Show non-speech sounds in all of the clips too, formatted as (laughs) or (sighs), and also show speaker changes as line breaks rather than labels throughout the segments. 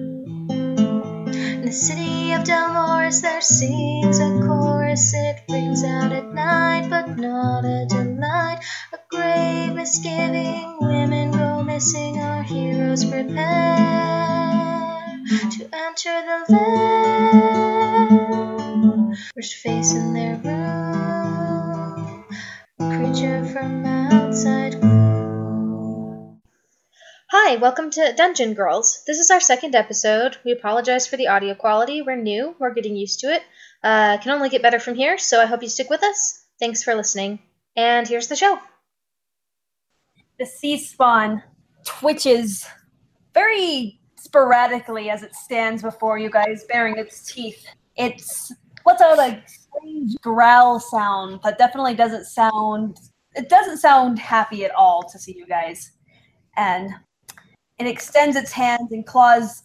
In the city of Delmores, there sings a chorus. It rings out at night, but not a delight. A grave misgiving, women go missing. Our heroes prepare to enter the lair. First face in their room, a creature from outside.
Hi, welcome to Dungeon Girls. This is our second episode. We apologize for the audio quality. We're new, we're getting used to it. Uh, can only get better from here, so I hope you stick with us. Thanks for listening. And here's the show.
the sea spawn twitches very sporadically as it stands before you guys, baring its teeth. It's what's out a strange growl sound that definitely doesn't sound. It doesn't sound happy at all to see you guys, and it extends its hands and claws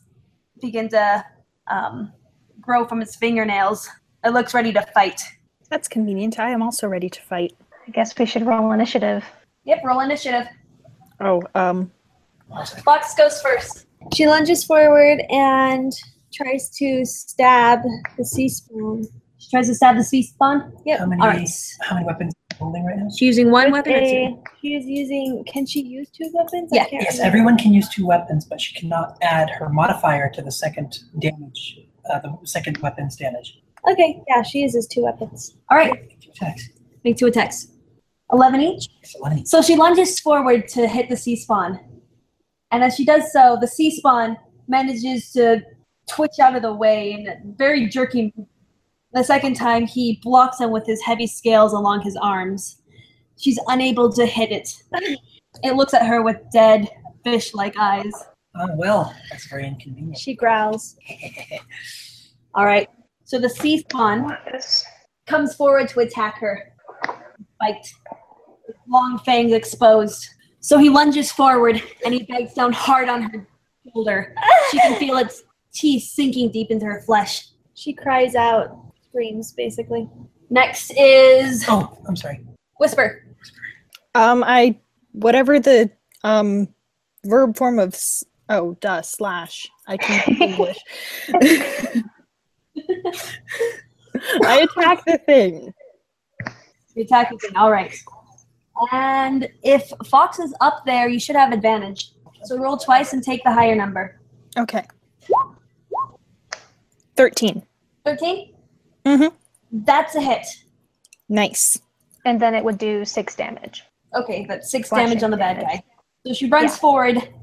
begin to um, grow from its fingernails. It looks ready to fight.
That's convenient. I am also ready to fight.
I guess we should roll initiative.
Yep, roll initiative.
Oh, um,
Fox goes first.
She lunges forward and tries to stab the sea spoon.
She tries to stab the sea spawn.
How many
All right.
how many weapons are you holding right now?
She's using one weapon.
or
She is using. Can she use two weapons?
Yeah.
I can't
Yes,
remember.
everyone can use two weapons, but she cannot add her modifier to the second damage, uh, the second weapon's damage.
Okay, yeah, she uses two weapons.
All right,
Attacks.
Make two attacks. 11 each.
Excellent.
So she lunges forward to hit the sea spawn. And as she does so, the sea spawn manages to twitch out of the way in a very jerky. The second time, he blocks him with his heavy scales along his arms. She's unable to hit it. It looks at her with dead, fish like eyes.
Oh, well, that's very inconvenient.
She growls.
All right. So the sea spawn comes forward to attack her. Bite. Long fangs exposed. So he lunges forward and he bites down hard on her shoulder. She can feel its teeth sinking deep into her flesh.
She cries out, screams basically.
Next is
Oh, I'm sorry.
Whisper.
um, I, whatever the, um, verb form of, s- oh, duh, slash, I (laughs) can English. I attack the thing.
The attack again. All right. And if Fox is up there, you should have advantage. So roll twice and take the higher number.
Okay. 13.
13?
Mhm.
Mm-hmm.
That's a hit.
Nice.
And then it would do six damage.
Okay, that's six
Slashing
damage on the bad
damage.
guy. So she runs
Yeah.
forward,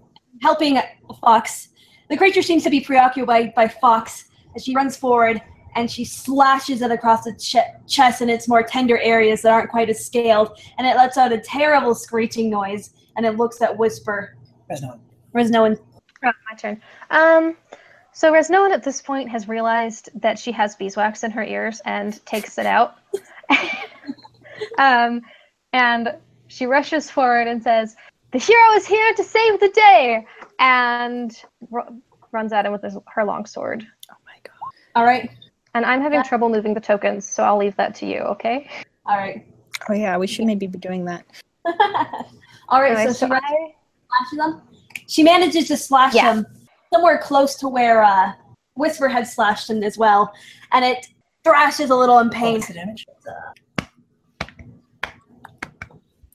helping Fox. The creature seems to be preoccupied by Fox as she runs forward and she slashes it across the ch- chest and its more tender areas that aren't quite as scaled, and it lets out a terrible screeching noise. And it looks at Whisper.
That's not.
Resno and
Oh, my turn. Um, so Resnoan at this point has realized that she has beeswax in her ears and takes it out. (laughs) um, and she rushes forward and says, "The hero is here to save the day!" and ru- runs at him with his, her long sword.
Oh my god.
all right,
And I'm having
Yeah.
trouble moving the tokens, so I'll leave that to you, okay?
all right,
Oh yeah, we should maybe be doing that.
all right.
Anyway,
so, she
so
runs,
I-
slashes him. She manages to slash
Yeah.
him somewhere close to where uh, Whisper had slashed him as well, and it thrashes a little in
Oh,
pain.
what's the damage?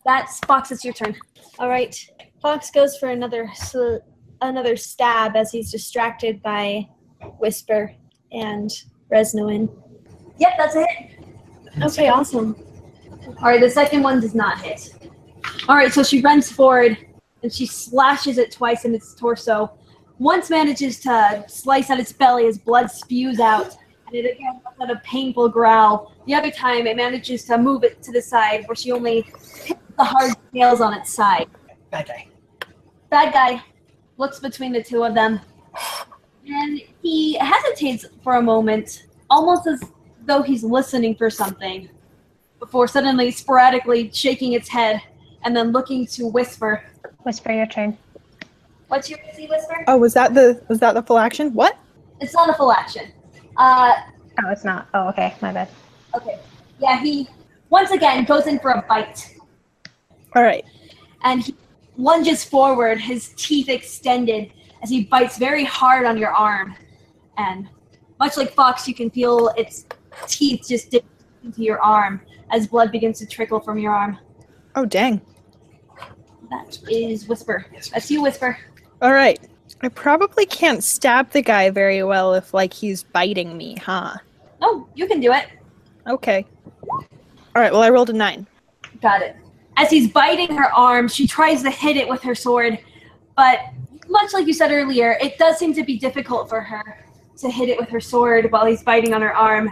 That's Fox. It's your turn.
All right, Fox goes for another sl- another stab as he's distracted by Whisper and Resnoin.
Yep, that's a hit.
Okay, awesome.
All right, the second one does not hit. All right, so she runs forward and she slashes it twice in its torso. Once manages to slice at its belly as blood spews out, and it again lets out a painful growl. The other time, it manages to move it to the side where she only hits the hard nails on its side.
Bad guy.
Bad guy looks between the two of them, and he hesitates for a moment, almost as though he's listening for something, before suddenly sporadically shaking its head and then looking to whisper.
whisper your turn.
What's your busy whisper?
Oh, was that the was that the full action? What?
It's not a full action. Uh,
Oh, it's not. Oh, okay, my bad.
okay. Yeah, he once again goes in for a bite.
All right.
and he lunges forward, his teeth extended, as he bites very hard on your arm. And much like Fox, you can feel its teeth just dig into your arm as blood begins to trickle from your arm.
Oh, dang.
That is Whisper. That's you, Whisper.
All right. I probably can't stab the guy very well if, like, he's biting me, huh?
No, Oh, you can do it.
Okay. All right. Well, I rolled a nine.
Got it. As he's biting her arm, she tries to hit it with her sword, but much like you said earlier, it does seem to be difficult for her to hit it with her sword while he's biting on her arm.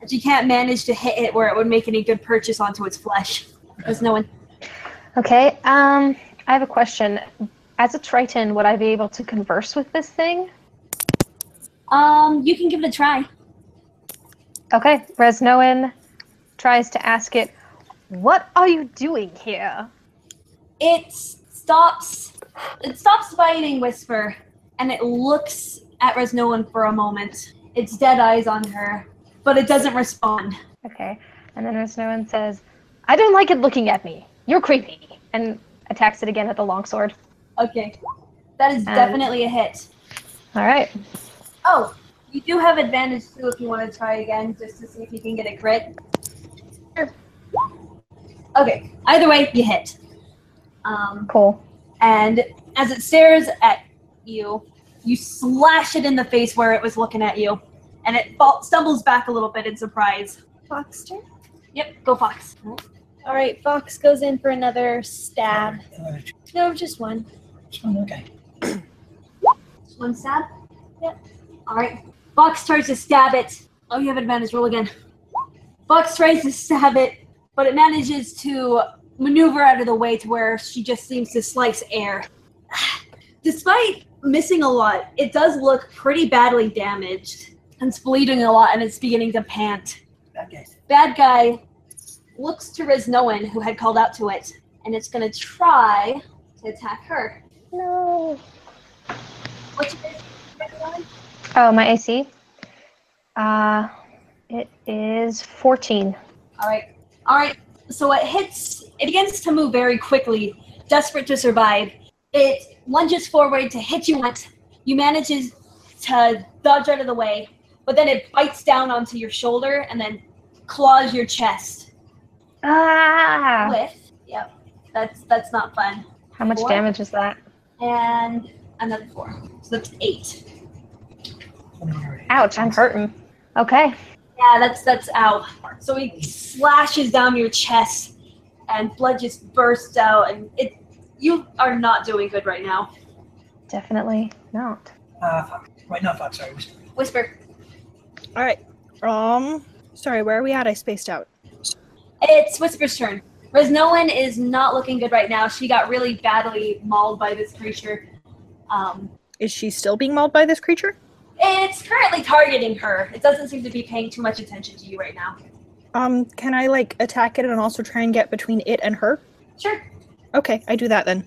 And she can't manage to hit it where it would make any good purchase onto its flesh. There's no one.
Okay. Um, I have a question. As a Triton, would I be able to converse with this thing?
Um, you can give it a try.
Okay. Resnoan tries to ask it, "What are you doing here?"
It stops. It stops biting Whisper, and it looks at Resnoan for a moment. Its dead eyes on her, but it doesn't respond.
Okay. And then Resnoan says, "I don't like it looking at me. You're creepy," and attacks it again at the longsword.
Okay, that is
Um,
definitely a hit.
All right.
Oh, you do have advantage too if you want to try again, just to see if you can get a crit. Sure. Okay. Either way, you hit. Um,
Cool.
and as it stares at you, you slash it in the face where it was looking at you, and it fall- stumbles back a little bit in surprise.
Fox turn?
Yep, go fox.
All right, Fox goes in for another stab.
Uh,
No, just one.
which one? Okay.
One stab. Yep. All right. Fox tries to stab it. Oh, you have advantage. Roll again. Fox tries to stab it, but it manages to maneuver out of the way to where she just seems to slice air. (sighs) Despite missing a lot, it does look pretty badly damaged. and It's bleeding a lot and it's beginning to pant.
That guy.
Bad guy looks to Riznoan, who had called out to it, and it's going to try to attack her.
No.
What's your Riznoan?
Oh, my AC. Uh, it is 14.
All right. All right. So it hits, it begins to move very quickly, desperate to survive. It lunges forward to hit you once. You manages to dodge out of the way, but then it bites down onto your shoulder and then claws your chest
Ah!
with. Yep. That's that's not fun.
How much
Four.
damage is that?
And another four. So that's eight.
Ouch, I'm hurting. Okay.
Yeah, that's that's out. So he slashes down your chest, and blood just bursts out, and it. You are not doing good right now.
Definitely not.
Uh, Fox. Right, not Fox, sorry. Whisper.
Whisper.
All right. Um, sorry, where are we at? I spaced out.
It's Whisper's turn. Resnoan is not looking good right now. She got really badly mauled by this creature. Um,
Is she still being mauled by this creature?
it's currently targeting her. It doesn't seem to be paying too much attention to you right now.
Um, can I like attack it and also try and get between it and her?
Sure.
Okay, I do that then.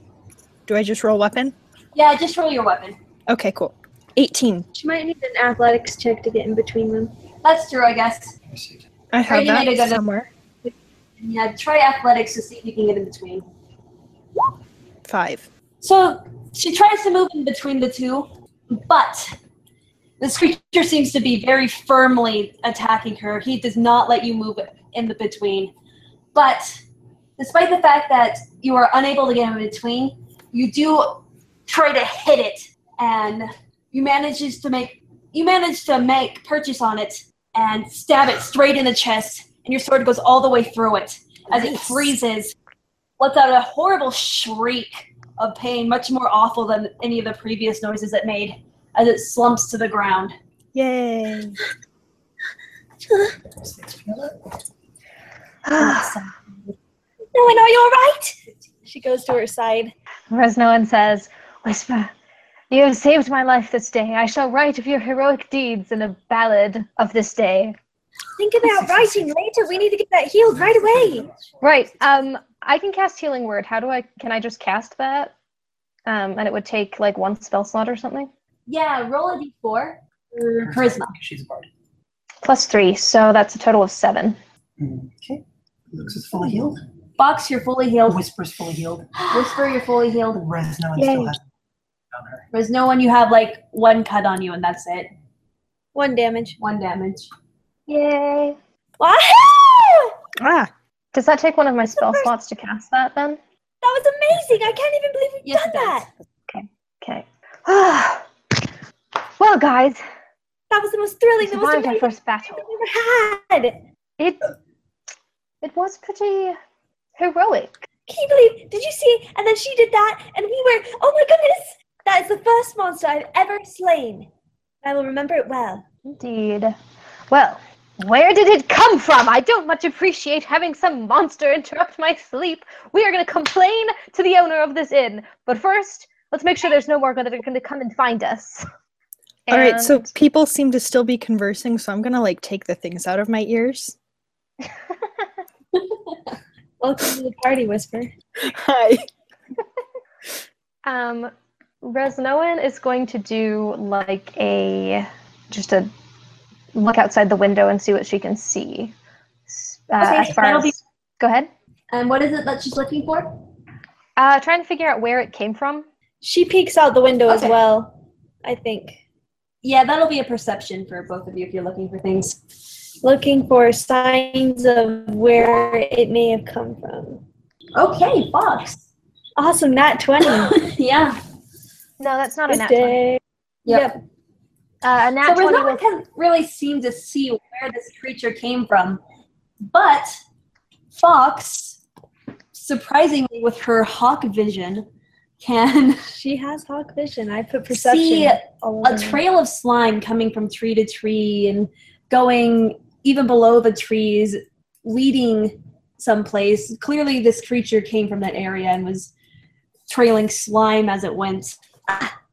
Do I just roll weapon?
Yeah, just roll your weapon.
Okay, cool. 18.
She might need an athletics check to get in between them.
That's true, I guess.
Let me see.
I have
you made a
that
good-
somewhere.
Yeah, try athletics to see if you can get in between.
Five.
So she tries to move in between the two, but this creature seems to be very firmly attacking her. He does not let you move in the between. But despite the fact that you are unable to get in between, you do try to hit it, and you manages to make you manage to make purchase on it and stab it straight in the chest, and your sword goes all the way through it as it freezes, lets out a horrible shriek of pain, much more awful than any of the previous noises it made, as it slumps to the
(sighs)
ground.
Yay.
Does this feel that?
No, I know you're right.
She goes to her side.
Resnoan says, Whisper, you have saved my life this day. I shall write of your heroic deeds in a ballad of this day.
Think about writing later. We need to get that healed right away.
Right. Um, I can cast Healing Word. How do I, can I just cast that? Um, and it would take like one spell slot or something?
Yeah, roll a d4. for Charisma.
She's a bard.
Plus three, so that's a total of seven.
Okay. Looks is fully healed.
Box, you're fully healed.
(sighs)
Whisper's fully healed.
Whisper, you're fully healed.
Resnoan still has on her.
There's no one you have like one cut on you and that's it.
One damage.
One damage.
Yay.
Wow!
Ah,
Does that take one of my spell slots to cast that then?
That was amazing! I can't even believe we've
Yes,
done
it does.
that!
(sighs)
Okay. well, guys,
That was the most thrilling,
we
the most
survived our
amazing
first battle.
we've ever had!
It it was pretty heroic.
Can you believe? Did you see? And then she did that, and we were, oh my goodness! That is the first monster I've ever slain. I will remember it well.
Indeed. Well, where did it come from? I don't much appreciate having some monster interrupt my sleep. We are going to complain to the owner of this inn. But first, let's make sure there's no more that are going to come and find us.
all right. So
And-
people seem to still be conversing, so I'm gonna like take the things out of my ears.
Welcome to the party, Whisper.
Hi.
Um, Resnoan is going to do like a just a look outside the window and see what she can see. S- Uh,
Okay,
as far
that'll
as,
be-
go ahead.
And what is it that she's looking for?
Uh, trying to figure out where it came from.
She peeks out the window as
Okay.
well, I think.
Yeah, that'll be a perception for both of you if you're looking for things.
Looking for signs of where it may have come from.
Okay, Fox. (laughs)
Awesome, Nat 20.
yeah.
No, that's not a
Good
nat twenty.
day.
Yep.
Uh, a nat
So
twenty
no one
was
can really seem to see where this creature came from, but Fox, surprisingly with her hawk vision, can (laughs)
She has hawk vision. I put perception.
see
all
a
over.
trail of slime coming from tree to tree and going even below the trees, leading someplace. Clearly, this creature came from that area and was trailing slime as it went.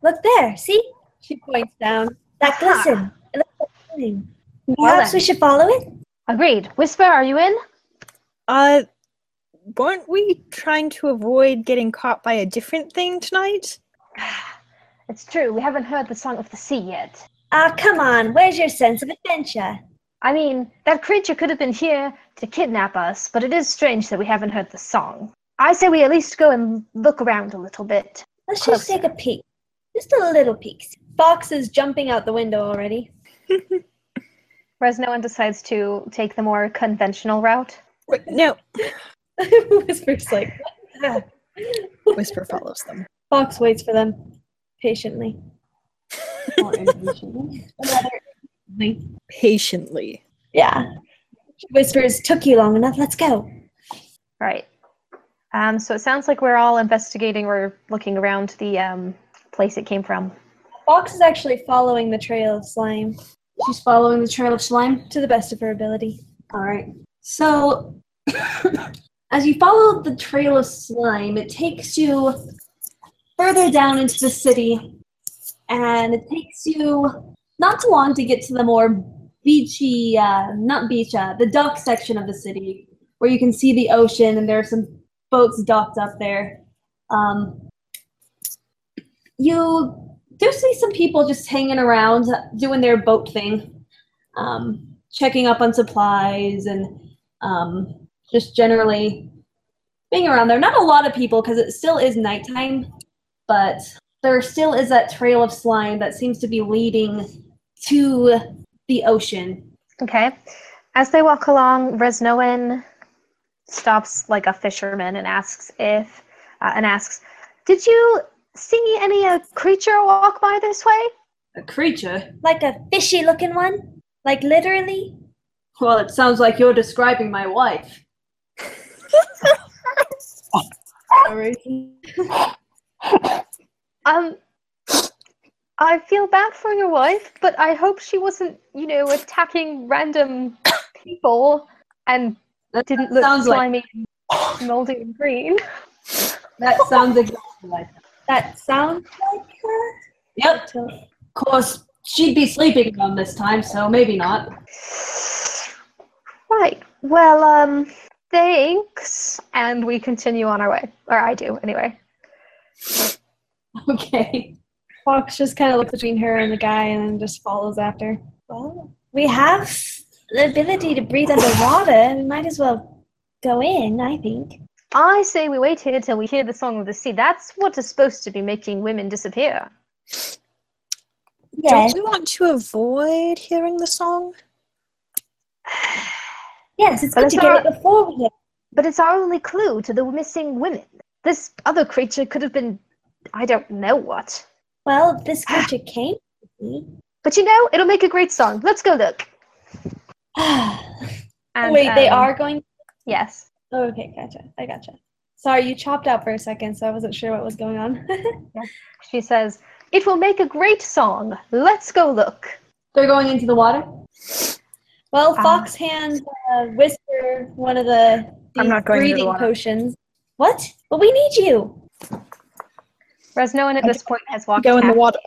Look there. See? She points down. That
Aha.
glisten. It looks like something.
Well
Perhaps we should follow it.
agreed. Whisper, are you in?
Uh, weren't we trying to avoid getting caught by a different thing tonight?
It's true. We haven't heard the song of the sea yet.
Ah, come on. Where's your sense of adventure?
I mean, that creature could have been here to kidnap us, but it is strange that we haven't heard the song. I say we at least go and look around a little bit.
Let's
Close.
just take a peek. Just a little peek. Fox is jumping out the window already. (laughs)
Whereas no one decides to take the more conventional route.
Wait, no.
Whisper's like,
Whisper follows them.
Fox waits for them patiently.
Patiently.
Yeah. Whispers, took you long enough. Let's go.
Right. Um, so it sounds like we're all investigating or looking around the um, place it came from.
Fox is actually following the trail of slime
She's following the trail of slime.
to the best of her ability.
All right. So, (coughs) as you follow the trail of slime, it takes you further down into the city, and it takes you not too long to get to the more beachy, uh, not beach, uh, the dock section of the city, where you can see the ocean, and there are some boats docked up there. Um, you do see some people just hanging around, doing their boat thing um, checking up on supplies and um, just generally being around there. Not a lot of people because it still is nighttime, but there still is that trail of slime that seems to be leading to the ocean.
Okay. As they walk along, Resnoan stops like a fisherman and asks if, uh, and asks, "Did you see any uh, creature walk by this way?"
A creature?
Like a fishy looking one? Like literally?
Well, it sounds like you're describing my wife.
Um, I feel bad for your wife, but I hope she wasn't, you know, attacking random people and
That
didn't look
sounds like-
slimy, and moldy, and green.
That sounds exactly like that.
That sounds like her?
Yep. Of course, she'd be sleeping around this time, so maybe not. (laughs)
Right. Well, um, thanks. And we continue on our way. Or I do, anyway.
Okay.
Fox just kind of looks between her and the guy and then just follows after. Well, we have the ability to breathe underwater. We might as well go in, I think.
I say we wait here till we hear the song of the sea. That's what is supposed to be making women disappear.
Yes.
Don't we want to avoid hearing the song?
Yes, it's
But
good
it's
to get
not-
it before we get
But it's our only clue to the missing women. This other creature could have been, I don't know what.
Well, this creature came with me. (sighs)
But you know, it'll make a great song. Let's go look. And,
Wait, they
um,
are going.
Yes.
Oh, okay, gotcha. I gotcha. Sorry, you chopped out for a second, so I wasn't sure what was going on. (laughs)
She says, It will make a great song. Let's go look.
They're going into the water.
well,
Ah.
Fox hands uh, Whisper one of the,
I'm
these
not going into the
breathing
water.
potions. What? But we need you.
Whereas no one at this point has walked.
go in the
half-
water.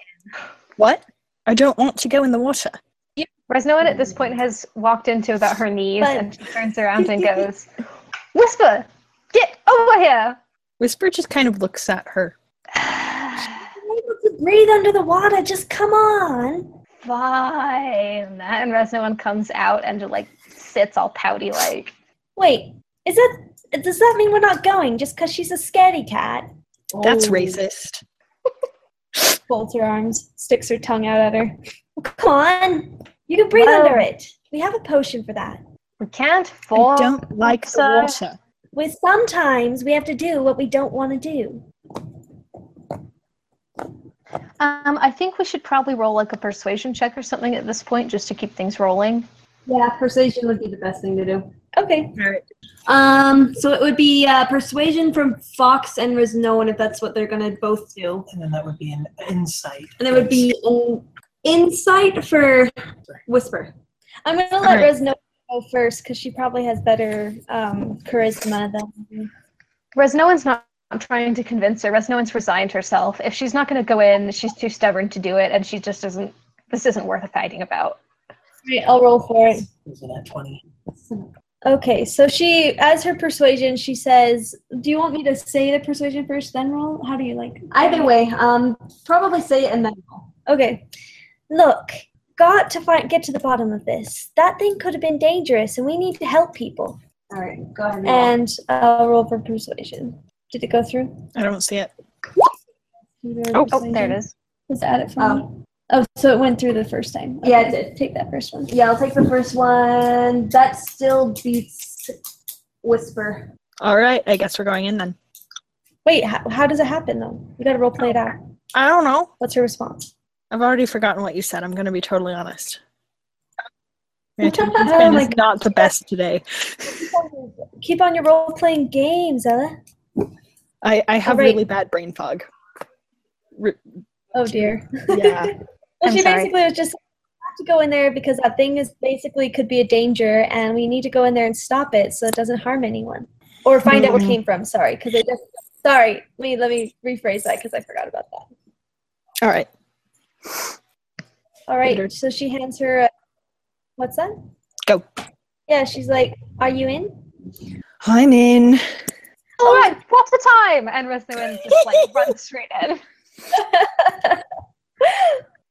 What? I don't want to go in the water.
Whereas no one at this point has walked into about her knees,
But-
and she turns around and goes, "Whisper, get over here."
Whisper just kind of looks at her.
I'm able to breathe under the water. Just come on.
Fine. And Resnoan comes out and like sits all pouty like.
Wait, is that? Does that mean we're not going just because she's a scaredy cat?
That's
Oh.
racist.
folds her arms, sticks her tongue out at her. Come on, you can breathe
Whoa.
under it. We have a potion for that.
We can't
I
fall.
don't like the
Sir.
water.
With sometimes we have to do what we don't want to do.
Um, I think we should probably roll like a persuasion check or something at this point just to keep things rolling.
Yeah, persuasion would be the best thing to do.
Okay.
Um, so it would be uh, persuasion from Fox and Riznoan if that's what they're gonna both do,
And then that would be an insight.
and it would be an insight for Whisper.
I'm gonna let
Alright.
Rose know go first because she probably has better um, charisma than
Whereas no one's not trying to convince her. Whereas no one's resigned herself. If she's not going to go in, she's too stubborn to do it, and she just isn't. This isn't worth fighting about.
Alright, I'll roll for it.
Is it at 20?
Okay, so she as her persuasion, she says, "Do you want me to say the persuasion first, then roll? How do you like?"
Either way, um, probably say it and then. roll.
Okay. Look, got to find get to the bottom of this. That thing could have been dangerous, and we need to help people.
All right, go ahead. And roll.
And I'll roll for persuasion. Did it go through?
I don't see it.
Oh,
Oh, there it is.
Let's add it for
Oh.
me. Oh, so it went through the first time.
Yeah, it
did. Take that first one.
Yeah, I'll take the first one. That still beats Whisper. (laughs)
All right, I guess we're going in then.
Wait, how, how does it happen though? We gotta role play it out.
I don't know.
What's her response?
I've already forgotten what you said. I'm going to be totally honest. My
(laughs) Oh
attention span
my
is not the best today.
Keep on your role playing games, Ella.
I, I have
Alright.
really bad brain fog. Re-
Oh dear.
yeah.
Well,
I'm
she
sorry.
basically was just "We have to go in there because that thing is basically could be a danger, and we need to go in there and stop it so it doesn't harm anyone or find out where it
Mm-hmm.
came from. Sorry, because I just sorry. Let me let me rephrase that because I forgot about that.
All right.
All right.
Later.
So she hands her. A, what's that?
Go.
Yeah, she's like, "Are you in?"
I'm in.
All right, what's the time? And Resnoan just like runs straight in.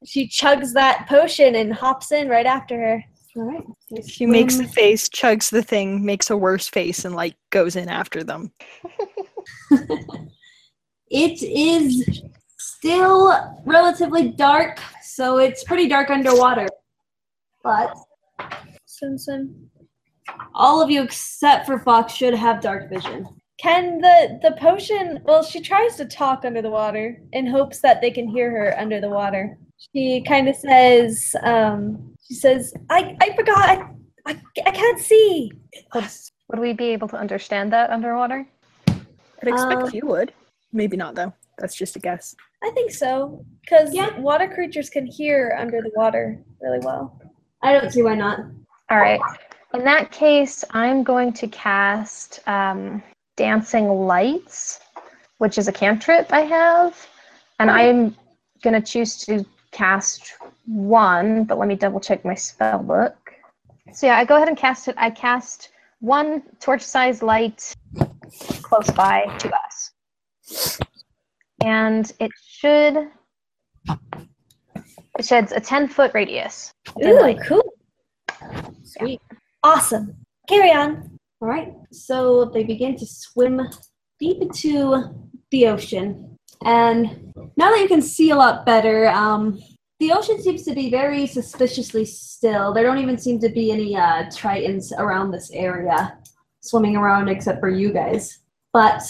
She chugs that potion and hops in right after her.
All right.
She makes the face, chugs the thing, makes a worse face, and like goes in after them.
It is still relatively dark, so it's pretty dark underwater. But
Swim, swim.
all of you except for Fox should have dark vision.
Can the the potion? Well, she tries to talk under the water in hopes that they can hear her under the water. She kind of says, um, "She says, I I forgot. I, I, I can't see."
Would we be able to understand that underwater?
I'd expect
Um,
you would. Maybe not though. That's just a guess.
I think so, because
Yeah.
water creatures can hear under the water really well.
I don't see why not.
All right. In that case, I'm going to cast um, Dancing Lights, which is a cantrip I have. And I'm going to choose to cast one, but let me double check my spell book. So, yeah, I go ahead and cast it. I cast one torch sized light close by to us. And it should. It sheds a 10 foot radius.
Ooh, cool.
Sweet.
Awesome. Carry on.
All right. So they begin to swim deep into the ocean. And now that you can see a lot better, um, the ocean seems to be very suspiciously still. There don't even seem to be any uh, tritons around this area swimming around except for you guys. But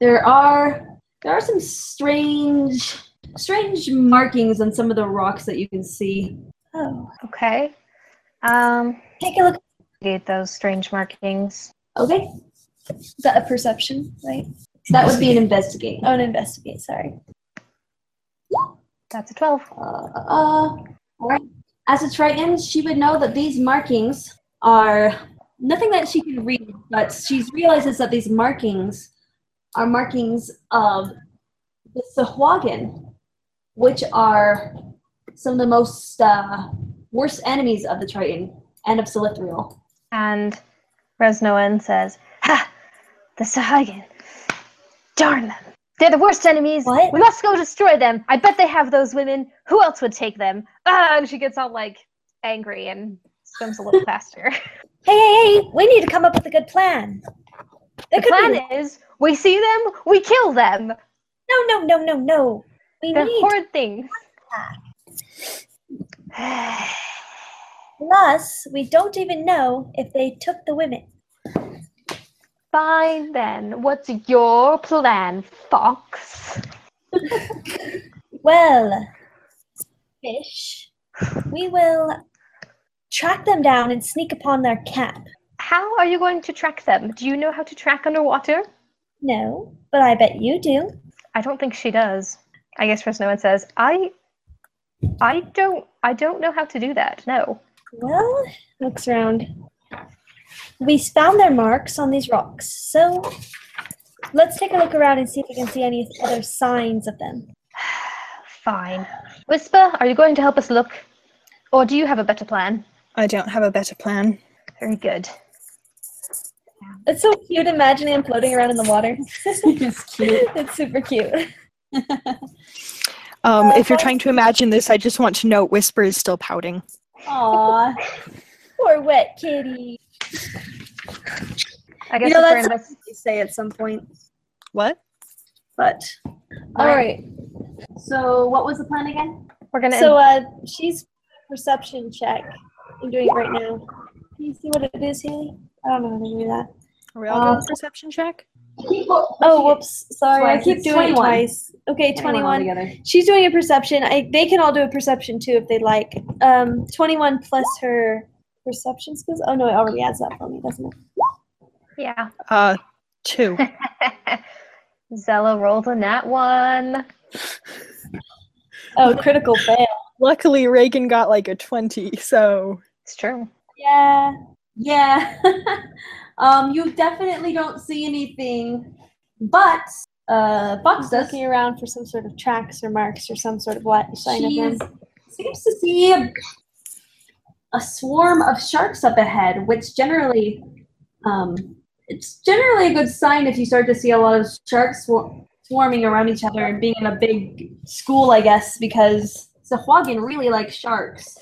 there are there are some strange strange markings on some of the rocks that you can see.
Oh, okay. Um,
Take a look.
get those strange markings.
Okay. Is that a perception, right? That would be an investigate. Oh, an investigate. Sorry.
That's a twelve.
Uh, uh, right. As a Triton, she would know that these markings are nothing that she can read, but she realizes that these markings are markings of the Sahuagin, which are some of the most uh, worst enemies of the Triton and of Solithriel.
And Resnoan says, "Ha! The Sahagin. Darn them! They're the worst enemies.
What?
We must go destroy them. I bet they have those women. Who else would take them?" Ah, and she gets all like angry and swims a
(laughs)
little faster.
Hey, hey, hey, we need to come up with a good plan.
the
There could
plan
be...
is: we see them, we kill them.
No, no, no, no, no. We
They're
need
horrid things.
plus, we don't even know if they took the women.
(sighs) Fine then. What's your plan, Fox?
Well, fish, we will track them down and sneak upon their cap.
How are you going to track them? Do you know how to track underwater?
No, but I bet you do.
I don't think she does. I guess Chris Nolan says, I I don't I don't know how to do that. No.
Well, looks around. We found their marks on these rocks, so let's take a look around and see if we can see any other signs of them.
Fine. Whisper, are you going to help us look? Or do you have a better plan?
I don't have a better plan.
Very good.
It's so cute imagining them floating around in the (laughs) water.
it's cute.
it's super cute.
Um, if you're trying to imagine this, I just want to note Whisper is still pouting.
Aww.
Poor wet kitty.
I guess
know,
if we're
that's-
invest-
You say at some point,
What?
but all right. So, what was the plan again?
we're gonna
So uh, she's perception check. I'm doing it right now. Can you see what it is, Haley? I don't know how to do that.
Are we all doing
Uh,
a perception check?
Oh, whoops. Sorry, I
Twice.
keep
It's
doing
21.
it twice. Okay, 21.
Together.
She's doing a perception. I they can all do a perception too if they like. Um, 21 plus her perception skills. Oh no, it already adds up for me, doesn't it?
Yeah.
Uh,
(laughs)
two.
(laughs) Zella rolled on that one.
Oh, critical fail.
Luckily, Reagan got like a 20, so.
It's true.
Yeah. Yeah. (laughs) um, you definitely don't see anything, but uh, Fox does. Looking around for some sort of tracks or marks or some sort of what sign of them. Seems to see a, a swarm of sharks up ahead, which generally, um, it's generally a good sign if you start to see a lot of sharks swar- swarming around each other and being in a big school, I guess, because Sahuagin really likes sharks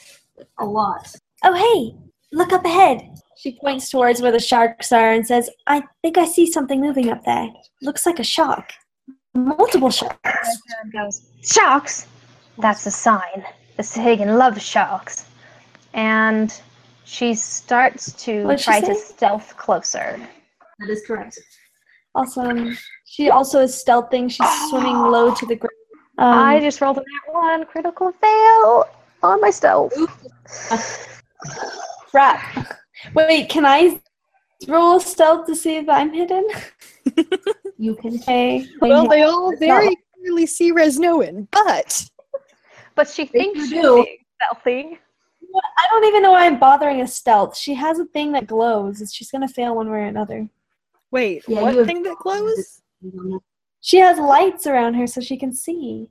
a lot.
Oh, hey, look up ahead. She points towards where the sharks are and says, I think I see something moving up there. Looks like a shark. Multiple sharks.
goes, Sharks! That's a sign. The Sahagan loves sharks. And she starts to
What'd she
try to
say?
stealth closer.
That is correct. Awesome. She also is stealthing. She's swimming low to the ground. Um,
I just rolled on that one critical fail on my stealth.
crap. Wait, can I roll stealth to see if I'm hidden? you can say.
Well, they all
very
very clearly see Resnoan, but
But she thinks
you
she's
do.
being stealthy.
I don't even know why I'm bothering a stealth. She has a thing that glows. It's- She's gonna fail one way or another.
wait,
Yeah,
what
you have-
thing that
(laughs)
glows?
She has lights around her so she can see.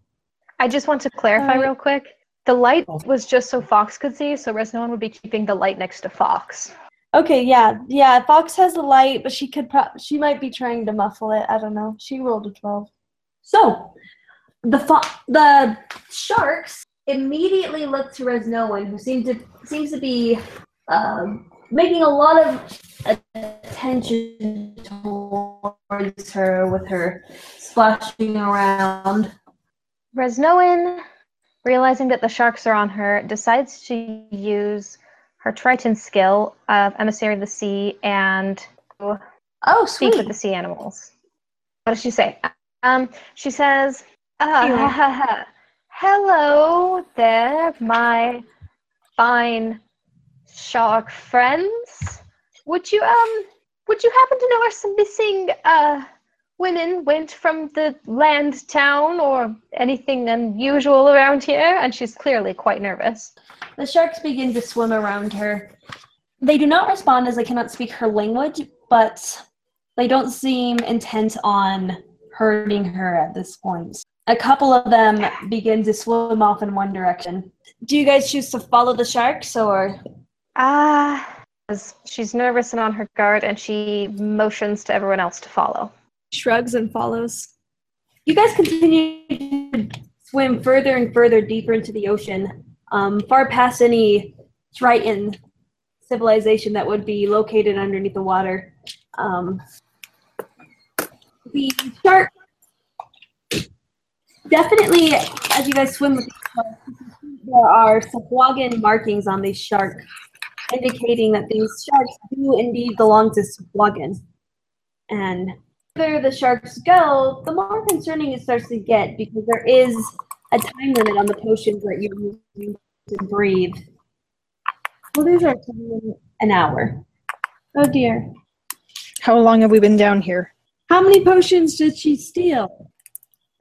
I just want to clarify
Alright.
real quick. The light
Oh.
was just so Fox could see, so Resnoan would be keeping the light next to Fox.
Okay, yeah, yeah. Fox has the light, but she could. Pro- she might be trying to muffle it. I don't know. She rolled a twelve. So, the fo- the sharks immediately look to Resnoan, who seems to seems to be um, making a lot of attention towards her with her splashing around.
Resnoan, realizing that the sharks are on her, decides to use her Triton skill of Emissary of the Sea and
Oh,
speak with the sea animals. What does she say? Um, she says, "Ah, ha, ha, ha. "Hello there, my fine shark friends. Would you um, would you happen to know where some missing uh women went from the land town or anything unusual around here?" And she's clearly quite nervous.
The sharks begin to swim around her. They do not respond as they cannot speak her language, but they don't seem intent on hurting her at this point. A couple of them begin to swim off in one direction. Do you guys choose to follow the sharks or?
Ah, as she's nervous and on her guard, and she motions to everyone else to follow.
Shrugs and follows.
You guys continue to swim further and further deeper into the ocean, um, far past any Triton civilization that would be located underneath the water. Um, the shark definitely, as you guys swim, with the shark, there are Sahuagin markings on these sharks, indicating that these sharks do indeed belong to Sahuagin. And further the sharks go, the more concerning it starts to get because there is a time limit on the potions that you're using to breathe. Well, there's our time limit, an hour.
Oh dear.
How long have we been down here?
How many potions did she steal?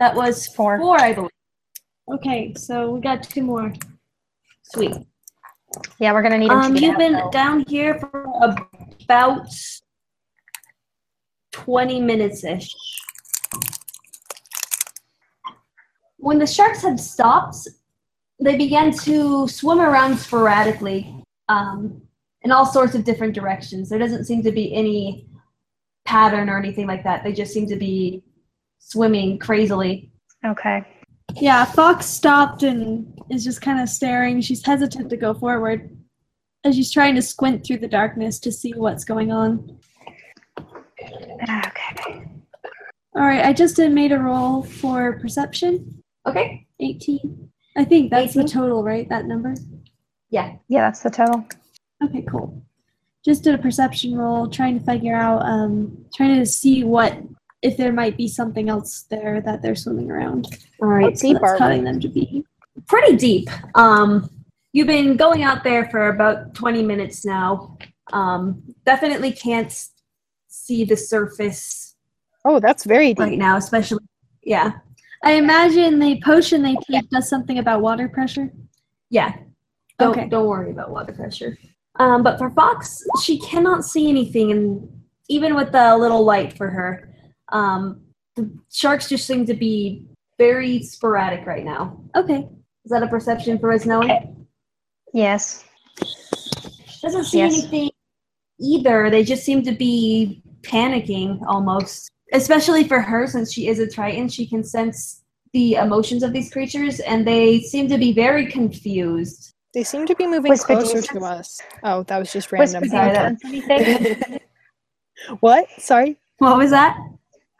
That was
Four.
four, I believe.
Okay, so we got two more.
Sweet.
Yeah, we're gonna need him
Um,
to get
you've
out,
been
though.
down here for about twenty minutes ish. When the sharks had stopped, they began to swim around sporadically um, in all sorts of different directions. There doesn't seem to be any pattern or anything like that. They just seem to be swimming crazily.
Okay.
Yeah, Fox stopped and is just kind of staring. She's hesitant to go forward as she's trying to squint through the darkness to see what's going on.
Okay.
All right, I just uh, made a roll for perception.
Okay.
18. I think that's the
18?
total, right? That number?
Yeah.
Yeah, that's the total.
Okay, cool. Just did a perception roll, trying to figure out, um, trying to see what, if there might be something else there that they're swimming around.
All right.
So that's causing them to be.
pretty deep. Um, you've been going out there for about 20 minutes now. Um, definitely can't see the surface
Oh, that's very deep.
right now, especially. Yeah,
I imagine the potion they take does something about water pressure.
yeah. Don't
Okay.
don't worry about water pressure. Um, but for Fox, she cannot see anything, and even with the little light for her, um, the sharks just seem to be very sporadic right now.
Okay.
Is that a perception for us knowing?
Yes.
Doesn't see
Yes.
anything either. They just seem to be panicking almost. Especially for her, since she is a Triton, she can sense the emotions of these creatures, and they seem to be very confused.
They seem to be moving
Whisper, do you
closer
sense-
to us. Oh, that was just
Whisper,
random.
do you
Okay.
sense anything?
(laughs) What? Sorry.
What was that?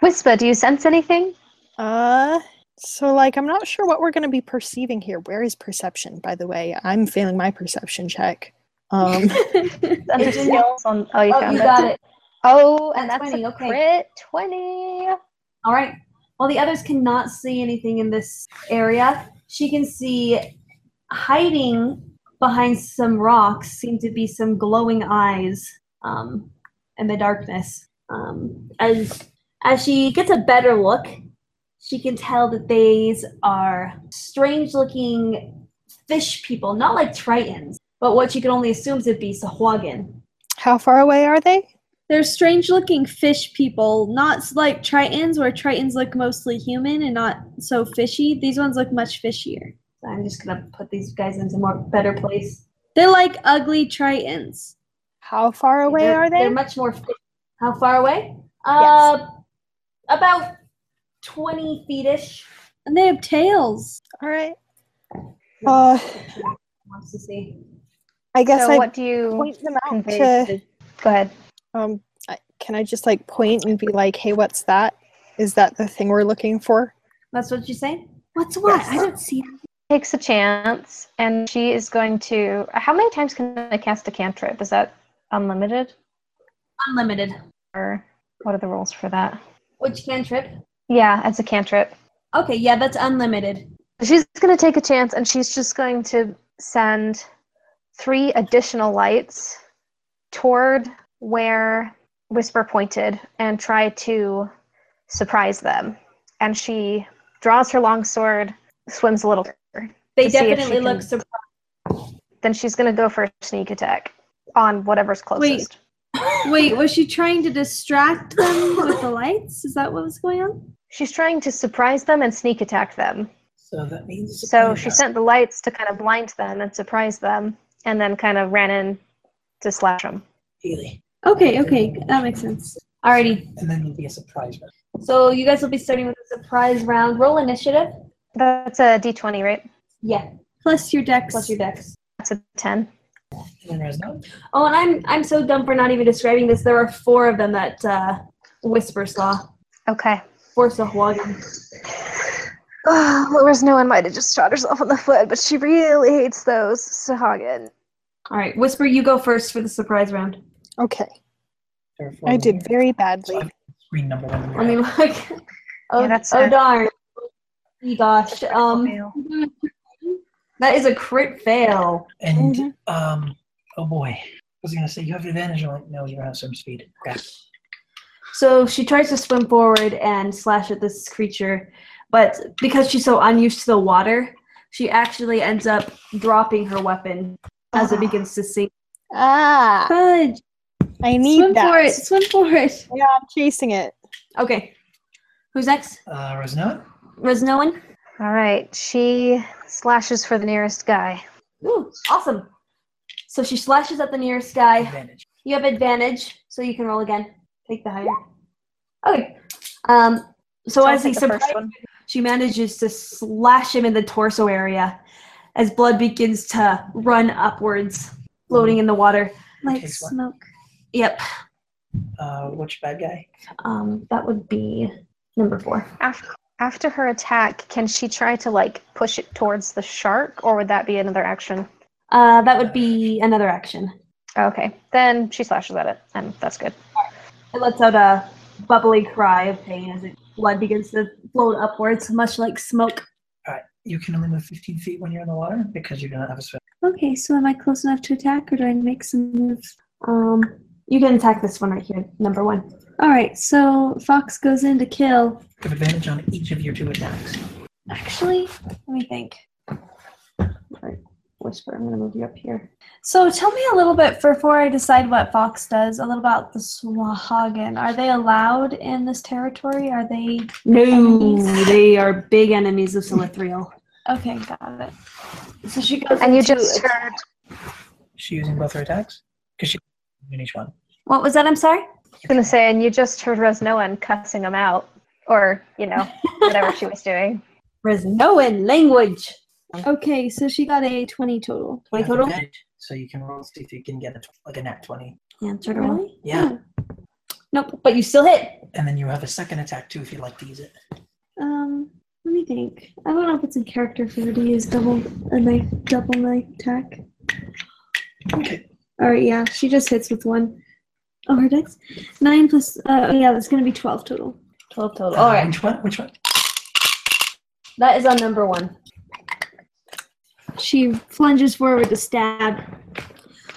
Whisper, do you sense anything?
Uh, so like I'm not sure what we're going to be perceiving here. Where is perception, by the way? I'm failing my perception check. Um,
It's under
It's in-
skills on. Oh, you
Oh,
found
you
it.
got it.
Oh, and
That's
that's
20,
a
okay.
crit twenty.
All right. While the others cannot see anything in this area, she can see hiding behind some rocks seem to be some glowing eyes um, in the darkness. Um, as as she gets a better look, she can tell that these are strange-looking fish people, not like tritons, but what she can only assume to be Sahuagin.
how far away are they?
They're strange looking fish people, not s- like tritons, where tritons look mostly human and not so fishy. These ones look much fishier.
So I'm just gonna put these guys into more better place.
They're like ugly tritons.
How far away
they're,
are they?
They're much more. fi- How far away? Uh, About 20 feet ish.
And they have tails.
All right. Uh,
Wants to see.
I guess
so
I
what do you
point them out
convey?
to
to- Go ahead.
Um, I- Can I just like point and be like, "Hey, what's that? Is that the thing we're looking for?"
That's what you say?
What's what? I don't see.
Takes a chance, and she is going to. How many times can I cast a cantrip? Is that unlimited,
Unlimited.
or what are the rules for that?
Which cantrip?
Yeah, it's a cantrip.
Okay, yeah, that's unlimited.
She's going to take a chance, and she's just going to send three additional lights toward where Whisper pointed and try to surprise them. And she draws her longsword, swims a little. further.
They
To see if she
definitely
can-
look surprised.
Then she's going to go for a sneak attack on whatever's closest.
(laughs) Wait, was she trying to distract them with the lights? Is that what was going on?
She's trying to surprise them and sneak attack them.
So that means.
So she sent the lights to kind of blind them and surprise them, and then kind of ran in to slash them.
Really.
Okay, okay, that makes sense.
Alrighty.
And then there'll be a surprise round.
So you guys will be starting with a surprise round. Roll initiative.
That's a d20, right?
Yeah,
Plus your dex.
plus your dex.
That's a 10.
And then there's no.
Oh, and I'm I'm so dumb for not even describing this. There are four of them that uh, Whisper saw.
Okay.
Four Sahuagin.
Oh, whereas no one might have just shot herself in the foot, but she really hates those Sahagin.
All right, Whisper, you go first for the surprise round.
Okay,
There are four
I
in
did
here.
very badly.
Screen number one.
I mean, like, oh,
Yeah, that's
oh
a-
darn, You gosh, um, that is a crit fail.
and
mm-hmm.
um, oh boy, I was gonna say you have advantage. I'm like, no, you don't have swim speed. Crap.
So she tries to swim forward and slash at this creature, but because she's so unused to the water, she actually ends up dropping her weapon as it begins to sink.
Ah,
Fudge.
I need
Swim
that.
for it. Swim for it.
Yeah, I'm chasing it.
Okay, who's next?
Uh, Rosnoa,
Was no one?
All right, she slashes for the nearest guy.
Ooh, awesome. So she slashes at the nearest guy.
advantage.
You have advantage, so you can roll again. Take the higher. Okay. Um, so
I'll
as he
take the first
surprised, she manages to slash him in the torso area as blood begins to run upwards, floating in the water.
Like
Takes one.
smoke.
Yep.
Uh, which bad guy?
Um, that would be number four.
After, after her attack, can she try to like push it towards the shark, or would that be another action?
Uh, that would be another action.
Okay, then she slashes at it, and that's good.
It lets out a bubbly cry of pain as it, blood begins to float upwards, much like smoke.
You can only move 15 feet when you're in the water because you do not have a swim.
Okay, so am I close enough to attack or do I make some moves?
Um, you can attack this one right here, number one.
All right, so Fox goes in to kill.
You have advantage on each of your two attacks.
Actually, let me think. Alright, Whisper, I'm gonna move you up here.
So tell me a little bit before I decide what Fox does, a little about the Swahagan. Are they allowed in this territory? Are they
No,
Enemies?
they are big enemies of Silithriel.
Okay, got it. So she goes
And you
into-
just heard
Is she using both her attacks? Because she in each one.
What was that? I'm sorry.
I was gonna say, and you just heard Resnoan cussing him out, or you know, whatever she was
(laughs)
doing.
Resnoan language.
Okay, so she got a 20 total.
You
Wait,
have
total?
advantage, So you can roll see if you can get a tw- like a nat 20.
Yeah, trigger one.
Really?
Yeah.
Nope, but you still hit.
And then you have a second attack too if you'd like to use it.
Um, let me think. I don't know if it's in character for her to use double a knife, double knife attack.
Okay.
All right, yeah, she just hits with one. Oh, her dex? Nine plus, uh, yeah, that's gonna be 12 total.
12 total. All right,
Uh, Which one? Which one?
that is on number one.
She plunges forward to stab.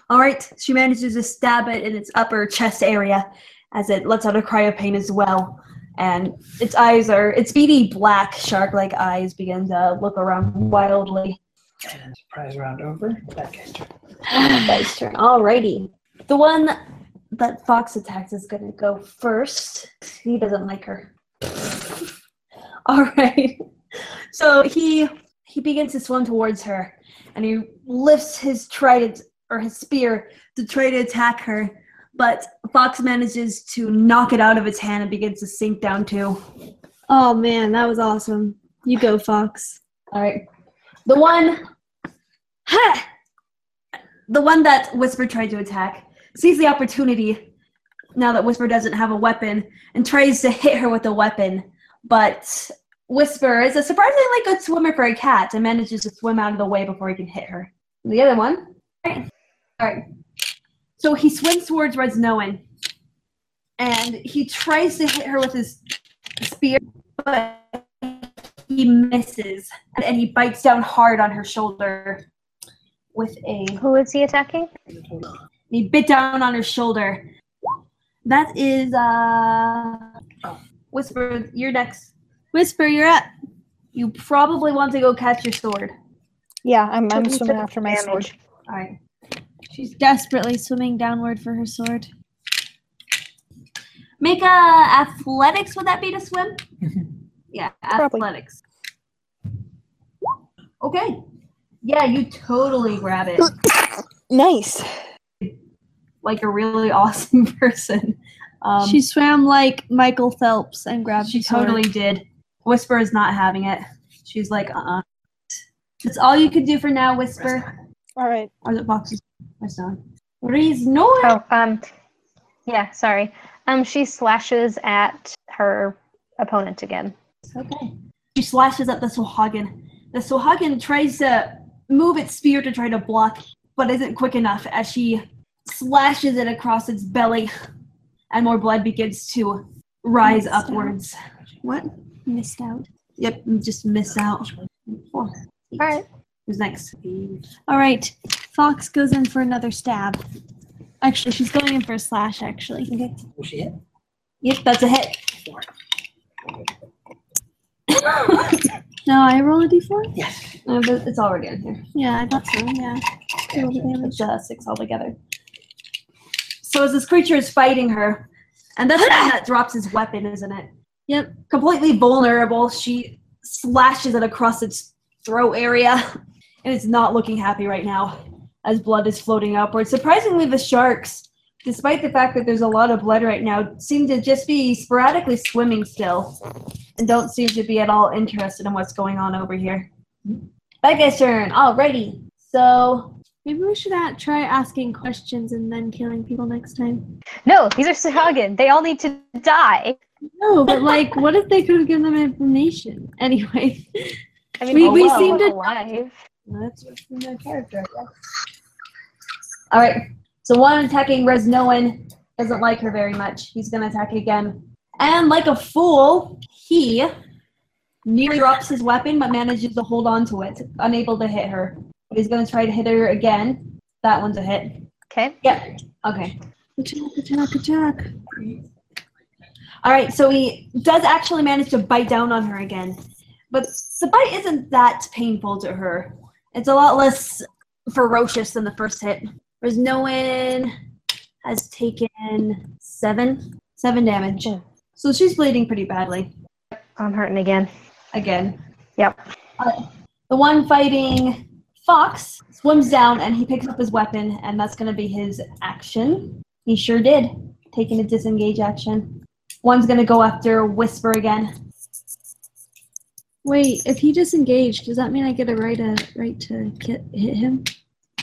All right, she manages to stab it in its upper chest area as it lets out a cry of pain as well. And its eyes are, its beady black shark like eyes begin to look around wildly.
And surprise round over. Bad guy's turn.
(sighs) Dice turn. Alrighty. The one that Fox attacks is going to go first. He doesn't like her. (laughs) Alright. So he he begins to swim towards her and he lifts his trident or his spear to try to attack her. But Fox manages to knock it out of its hand and begins to sink down too.
Oh man, that was awesome. You go, Fox.
All right. The one. Ha! The one that Whisper tried to attack sees the opportunity now that Whisper doesn't have a weapon, and tries to hit her with a weapon. But Whisper is a surprisingly good swimmer for a cat and manages to swim out of the way before he can hit her. The other one. Alright. Alright. So he swims towards Resnoan and he tries to hit her with his spear, but he misses and he bites down hard on her shoulder with a
Who is he attacking?
he bit down on her shoulder. That is uh Whisper, you're next. Whisper, you're up. You probably want to go catch your sword.
Yeah, I'm, I'm swimming
took
after my sword.
Alright.
She's desperately swimming downward for her sword.
Make a athletics, would that be to
(laughs)
swim? yeah,
Probably.
athletics. Okay. Yeah, you totally grab it.
Nice.
like a really (laughs) awesome person. Um,
she swam like Michael Phelps and grabbed
Uh, she
the sword.
totally did. Whisper is not having it. She's like, uh uh That's all you can do for now, Whisper.
All right.
Or the boxes. Where's Dawn? Where's Nora?
Oh, um, yeah, sorry. Um, she slashes at her opponent again.
Okay. She slashes at the Sohagen. The Sohagen tries to move its spear to try to block, but isn't quick enough as she slashes it across its belly, and more blood begins to rise
Missed out.
upwards. What?
missed out.
Yep, just miss out. Four.
All right.
Who's next?
All right, Fox goes in for another stab. Actually, she's going in for a slash. Actually,
Oh, shit.
Yep, that's a hit.
no, I roll a d4.
Yes.
(laughs) No, but it's already on here.
Yeah, I thought so. Yeah, roll the damage.
It's uh, six altogether. So as this creature is fighting her, and that's the one that drops his weapon, isn't it?
Yep.
Completely vulnerable, she slashes it across its throat area, and it's not looking happy right now as blood is floating upward. Surprisingly, the sharks, despite the fact that there's a lot of blood right now, seem to just be sporadically swimming still, and don't seem to be at all interested in what's going on over here. That guy's turn. Alrighty. So
Maybe we should at, try asking questions and then killing people next time.
No, these are Sahagin. They all need to die.
No, but like, what if they could have given them information (laughs) anyway?
I mean,
We- we
although
seem to-
alive.
That's what's in their character, I guess. All right. So one attacking Resnoan doesn't like her very much. He's gonna attack again, and like a fool, he nearly drops his weapon but manages to hold on to it, unable to hit her. But he's gonna try to hit her again. That one's a hit.
Okay.
Okay.
Attack! Attack! Attack!
All right. So he does actually manage to bite down on her again, but the bite isn't that painful to her. It's a lot less ferocious than the first hit. There's no one has taken seven seven damage.
Yeah.
So she's bleeding pretty badly
I'm hurting again.
again.
Yep.
Uh, the one fighting Fox swims down and he picks up his weapon, and that's going to be his action. He sure did, taking a disengage action. One's going to go after Whisper again.
Wait, if he disengaged, does that mean I get a right a right to ki- hit him?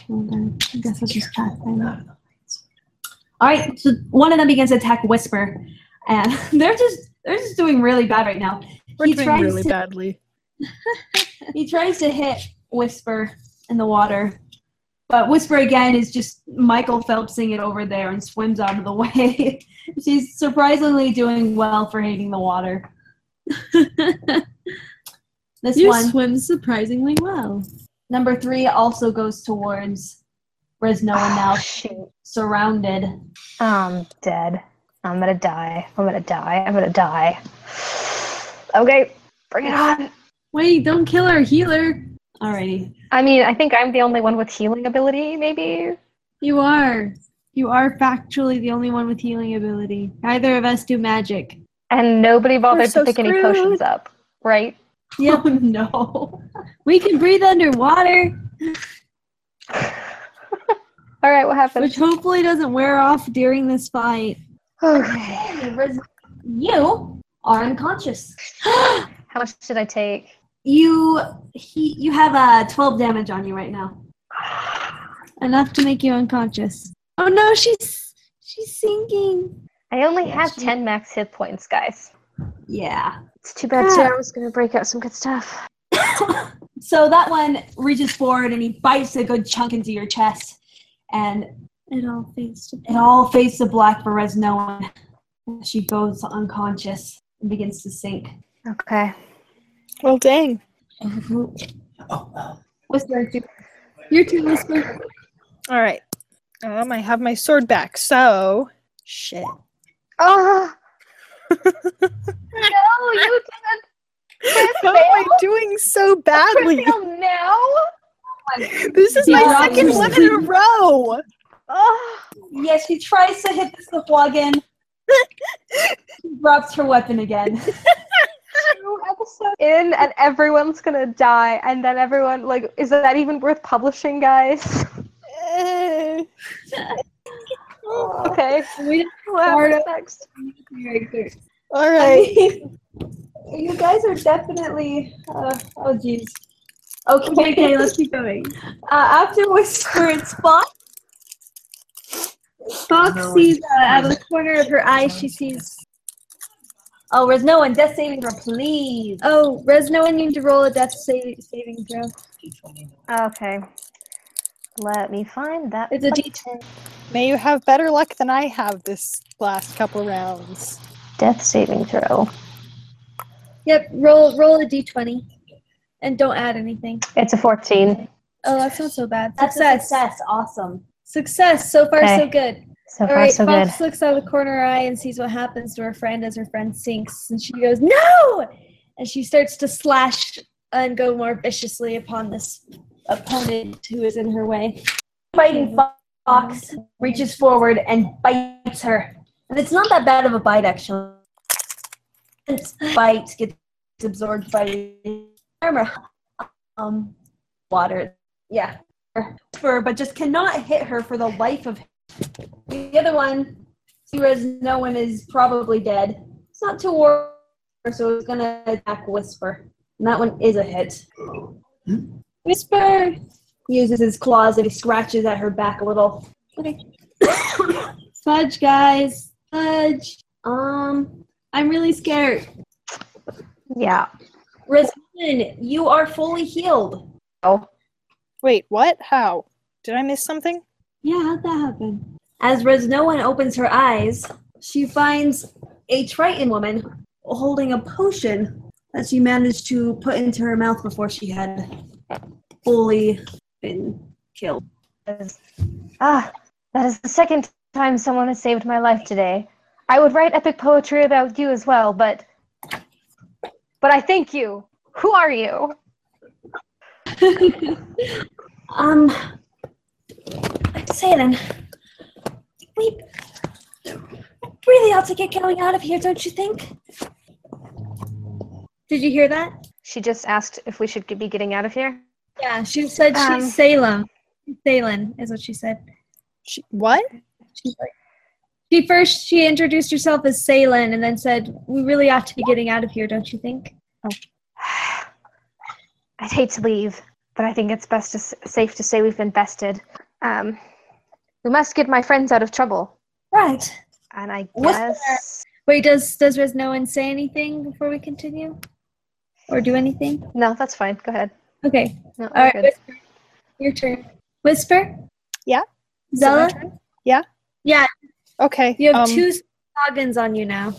Hold on. I guess I'll just try to find out.
All right, so one of them begins to attack Whisper, and (laughs) they're just they're just doing really bad right now.
We're
He
doing
tries
really
to-
badly.
he tries to hit Whisper in the water, but Whisper again is just Michael Phelpsing it over there and swims out of the (laughs) way. She's surprisingly doing well for hating the
(laughs)
water. this
you
one,
swim surprisingly well.
number three, also goes towards Resnoa now
(sighs)
Ah.
Oh, shoot.
surrounded.
I'm dead. I'm gonna die. I'm gonna die. I'm gonna die. Okay, bring it on.
Wait, don't kill our healer.
Alrighty.
I mean, I think I'm the only one with healing ability, maybe.
You are. You are factually the only one with healing ability. Neither of us do magic.
And nobody bothered to
so
pick any
screwed.
potions up, right?
(laughs) Yep. Oh, no.
(laughs) We can breathe underwater,
All right, what happened?
which hopefully doesn't wear off during this fight.
Okay.
Res- you are unconscious.
(sighs) How much did I take?
You he you have uh, twelve damage on you right now.
Enough to make you unconscious. Oh no, she's she's sinking.
I only have 10 max hit points, guys.
Yeah.
It's too bad, sir. Ah, I was going to break out some good stuff.
So that one reaches forward and he bites a good chunk into your chest, and
It all fades to
it all fades to black for Resnoa. She goes unconscious and begins to sink.
Okay.
Well, dang.
Oh, uh,
Whisper. to- You two whisper.
All right. Um, I have my sword
(laughs)
back, so shit.
Oh! (laughs) no, you
How am I doing so badly? (laughs)
feel (laughs) now?
This is my second one in a row.
Oh,
Yeah, she tries to hit the
(laughs)
Sifwa again. she drops her weapon again.
two episodes in, and everyone's gonna die, and then everyone, like, is that even worth publishing, guys? (laughs)
Eh.
(laughs) okay.
We
What happens next?
All right.
you guys are definitely. Uh, oh, jeez.
Okay, okay, let's keep going.
(laughs) Uh, after Whisper, it's Fox.
Fox sees uh, out of the corner of her eye, she sees.
Oh, there's no one. Death saving throw, please.
Oh, Resno, I need to roll a death sa- saving throw.
D20.
Okay. Let me find that.
It's a D-
button.
May you have better luck than I have this last couple rounds.
death saving throw.
Yep, roll roll a d20, and don't add anything.
It's a 14.
Oh, that's not so bad.
That's a
success.
success. Awesome.
Success. So far,
Okay.
so good.
So
All
far,
right.
so good.
Fox looks out of the corner of her eye and sees what happens to her friend as her friend sinks, and she goes no, and she starts to slash and go more viciously upon this opponent who is in her way.
Fighting Fox reaches forward and bites her. And it's not that bad of a bite, actually. This bite gets absorbed by armor. Um, water. Yeah. Whisper, but just cannot hit her for the life of The other one, Sira's no one is probably dead. It's not too war, so it's going to attack Whisper. And that one is a hit.
Whisper.
uses his claws and he scratches at her back a little. (coughs)
Fudge, guys. Fudge.
Um,
I'm really scared.
Yeah.
Resmin, you are fully healed.
Wait, what? How? Did I miss something?
Yeah, how'd that happen?
As Resnoan opens her eyes, she finds a Triton woman holding a potion that she managed to put into her mouth before she had fully been killed.
Ah, that is the second time someone has saved my life today. I would write epic poetry about you as well, but but I thank you. Who are you?
Um,
Say then. We really ought to get going out of here, don't you think? Did you hear that?
She just asked if we should be getting out of here.
Yeah, she said she's
Um,
Salem. Salem is what she said.
She, what?
She's like, she first she introduced herself as Salem and then said, "We really ought to be getting out of here, don't you think?"
I'd hate to leave, but I think it's best to, s- safe to say we've been bested. Um, we must get my friends out of trouble,
Right.
and I
What's
guess
Wait, does does Resnoan say anything before we continue, or do anything?
no, that's fine. Go ahead.
Okay.
No,
All
we're
right.
good.
Whisper. Your turn. Whisper.
Yeah? Is it my
Zella.
turn? Yeah?
Yeah.
Okay.
You have
um,
two noggins on you now.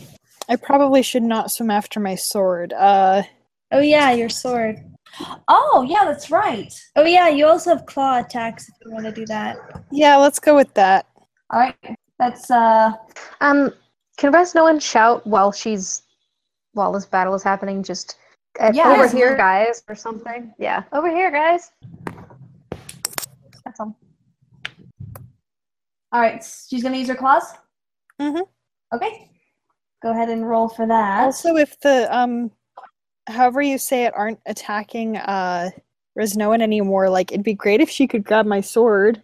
I probably should not swim after my sword. Uh,
Oh yeah, your sword.
oh, yeah, that's right.
Oh yeah, you also have claw attacks if you want to do that.
yeah, let's go with that.
All right, that's uh,
Um, can Res no one shout while she's while this battle is happening? Just uh,
Yeah.
over
Yes.
here, guys, or something. Yeah, over here, guys. That's all.
All right, she's gonna use her claws.
Mm-hmm.
Mhm.
Okay. Go ahead and roll for that.
Also, if the um, however you say it, aren't attacking uh Resnoan anymore, like it'd be great if she could grab my sword.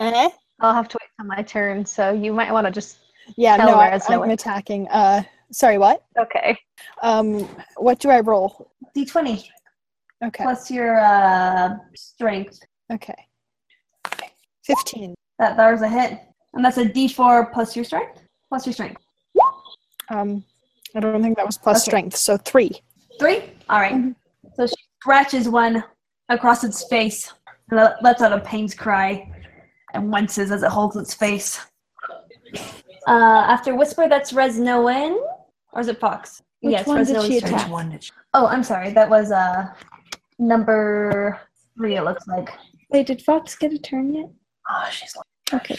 Eh?
I'll have to wait for my turn, so you might want to just
Yeah,
Tell
no, I,
Resnoan.
I'm attacking. Uh, sorry, what?
okay.
Um, what do I roll?
D twenty
Okay,
plus your uh, strength.
okay, fifteen.
That there's a hit, and that's a D four plus your strength. Plus your strength.
Um, I don't think that was plus
Okay.
strength, so three.
Three? All right.
Mm-hmm.
So she scratches one across its face and le- lets out a pained cry and winces as it holds its face.
Uh, after Whisper, that's Resnoan. Or is it Fox?
Which
yes,
one did
Resnoan's
she
turn.
attack?
Which one did she?
Oh, I'm sorry. That was uh, number three, it looks like. Ah,
Wait, did Fox get a turn yet?
Oh, she's like,
Okay.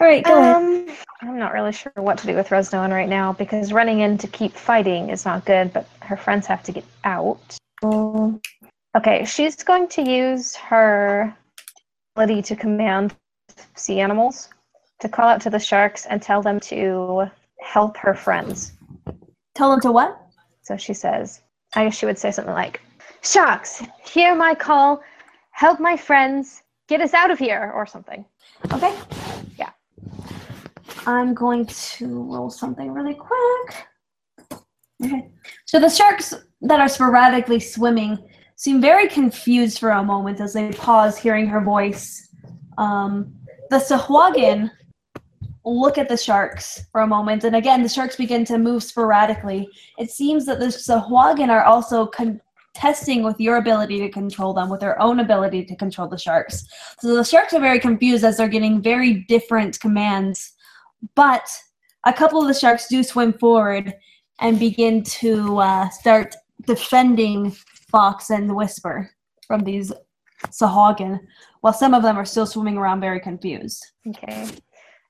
All right,
Uh,
go ahead.
Um, I'm not really sure what to do with Resnoan right now because running in to keep fighting is not good, but her friends have to get out.
Oh.
Um, Okay, she's going to use her ability to command sea animals to call out to the sharks and tell them to help her friends.
Tell them to what?
So she says, I guess she would say something like, Sharks, hear my call, help my friends, get us out of here, or something.
Okay.
Yeah.
I'm going to roll something really quick. Okay. So the sharks that are sporadically swimming seem very confused for a moment as they pause, hearing her voice. Um, the Sahuagin look at the sharks for a moment, and again, the sharks begin to move sporadically. It seems that the Sahuagin are also contesting with your ability to control them, with their own ability to control the sharks. So the sharks are very confused as they're getting very different commands. But a couple of the sharks do swim forward and begin to uh, start defending Fox and Whisper from these Sahagin, while some of them are still swimming around very confused.
Okay.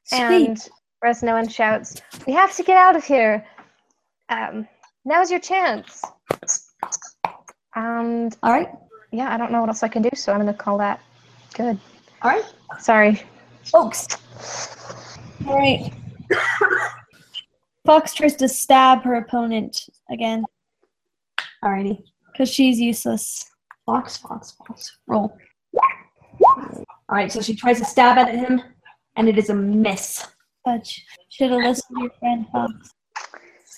Sweet.
And Resnoan shouts, We have to get out of here. Um, now's your chance. And
All right,
yeah, I don't know what else I can do, so I'm going to call that good.
all right,
Sorry.
folks.
All right. Fox tries to stab her opponent again
Alrighty,
because she's useless.
Fox, Fox, Fox, roll. All right, so she tries to stab at him, and it is a miss.
Fudge. Should have listened to your friend Fox.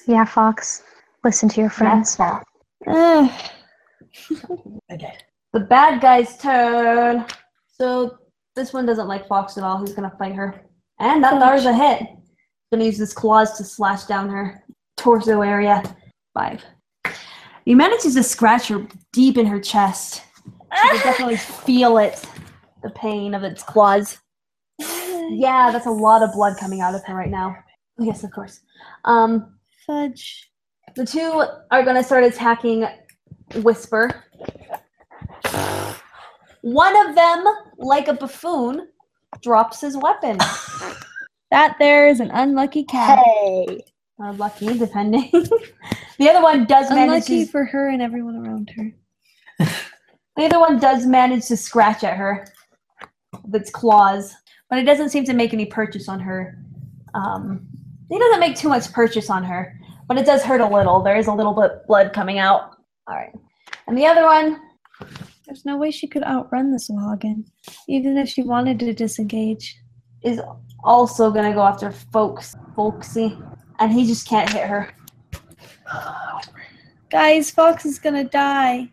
Yeah, Fox, listen to your friends.
Ugh.
okay.
the bad guy's turn. So this one doesn't like Fox at all. He's gonna fight her, and that there's a hit. He's gonna use his claws to slash down her torso area. Five. He manages to scratch her deep in her chest. She can definitely feel it, the pain of its claws. Yeah, that's a lot of blood coming out of her right now. Yes, of course. Um,
Fudge.
the two are going to start attacking Whisper. One of them, like a buffoon, drops his weapon.
That there is an unlucky cat.
Hey.
Or lucky, depending. (laughs) the other one does manage.
Unlucky
To,
for her and everyone around her.
the other one does manage to scratch at her with its claws, but it doesn't seem to make any purchase on her. Um, it doesn't make too much purchase on her, but it does hurt a little. There is a little bit blood coming out. All right, and the other one
There's no way she could outrun this Wagon, even if she wanted to disengage.
is also gonna go after folks folksy and he just can't hit her
Guys, Fox is gonna die.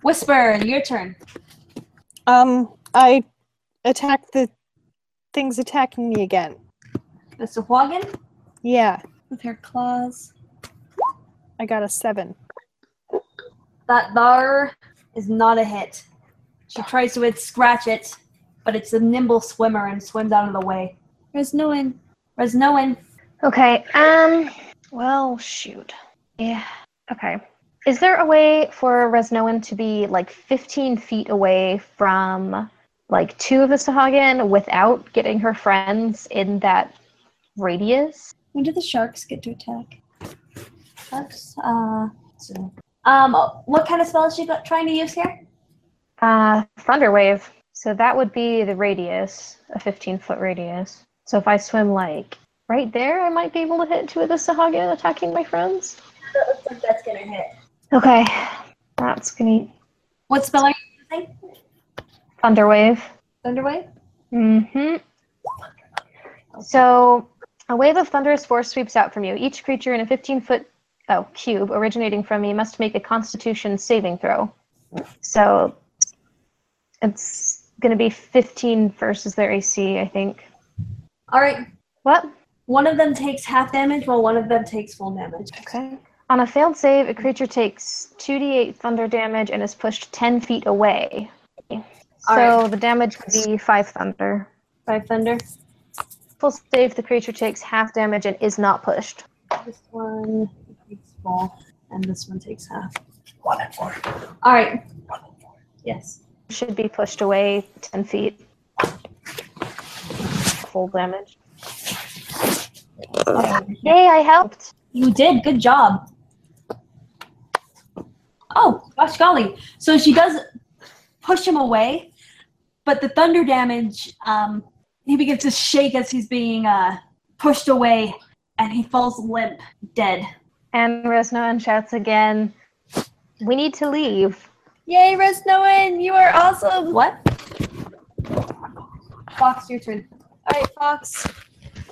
whisper your turn
Um, I attack the things attacking me again.
mr Wagon.
Yeah,
With her claws.
I got a seven.
that thar is not a hit she tries to scratch it but it's a nimble swimmer and swims out of the way
There's no one.
there's no one
Okay. Um. Well, shoot. Yeah. Okay. Is there a way for Resnoan to be like 15 feet away from like two of the Sahagin without getting her friends in that radius?
When do the sharks get to attack?
That's, uh, so- um what kind of spell is she got- trying to use here
Uh, thunder wave. So that would be the radius, a 15 foot radius. So if I swim like right there, I might be able to hit two of the Sahagin attacking my friends.
that looks like that's gonna hit
Okay. That's gonna
what spell are you using
thunder wave.
thunderwave
hmm So, a wave of thunderous force sweeps out from you. Each creature in a 15 foot oh, cube originating from you must make a constitution saving throw. So, it's going to be 15 versus their AC, I think.
all right
What?
One of them takes half damage while one of them takes full damage.
Okay. On a failed save, a creature takes 2d8 thunder damage and is pushed 10 feet away. So
Alright.
the damage would be 5 thunder.
Five thunder.
Full save, the creature takes half damage and is not pushed.
This one takes full, and this one takes half.
One and four.
All right. Yes.
Should be pushed away 10 feet. Full damage. Um, Yay, I helped!
You did. Good job. Oh, gosh golly. So she does push him away, but the thunder damage, um, he begins to shake as he's being uh, pushed away, and he falls limp, dead.
And Resnoan shouts again, We need to leave.
Yay, Resnoan, you are awesome.
What? Fox, your turn.
All right, Fox.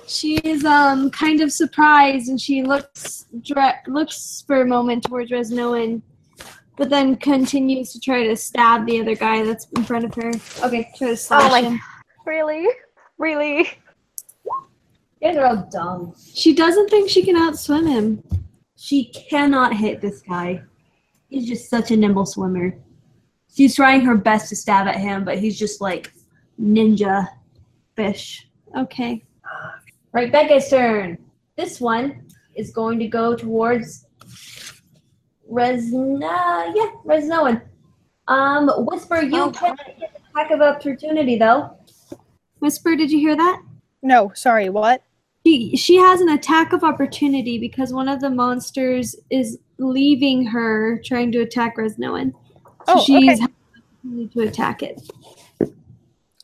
She's um kind of surprised and she looks dra- looks for a moment towards Resnoan, but then continues to try to stab the other guy that's in front of her. Okay, try to slash
my-
him.
Really? Really?
You guys are all dumb.
She doesn't think she can outswim him.
She cannot hit this guy. He's just such a nimble swimmer. She's trying her best to stab at him, but he's just like ninja fish.
Okay.
Right, Becca's turn. This one is going to go towards Resna. Yeah, Resnoan. Um, Whisper, you
Oh,
cannot get the attack of opportunity though.
Whisper, did you hear that?
No, sorry, what?
She she has an attack of opportunity because one of the monsters is leaving her trying to attack Resnoan. So
Oh,
she's
okay.
had an opportunity to attack it.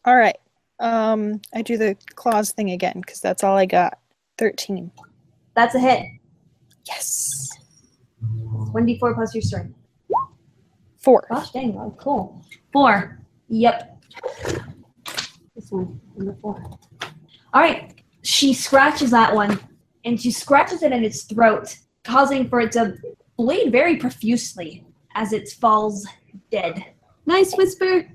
All right. Um, I do the claws thing again because that's all I got. Thirteen.
That's a hit.
Yes.
1d4 plus your strength.
Four.
Gosh dang, that was cool. Four. Yep. This one, number four. All right. She scratches that one, and she scratches it in its throat, causing for it to bleed very profusely as it falls dead.
Nice whisper.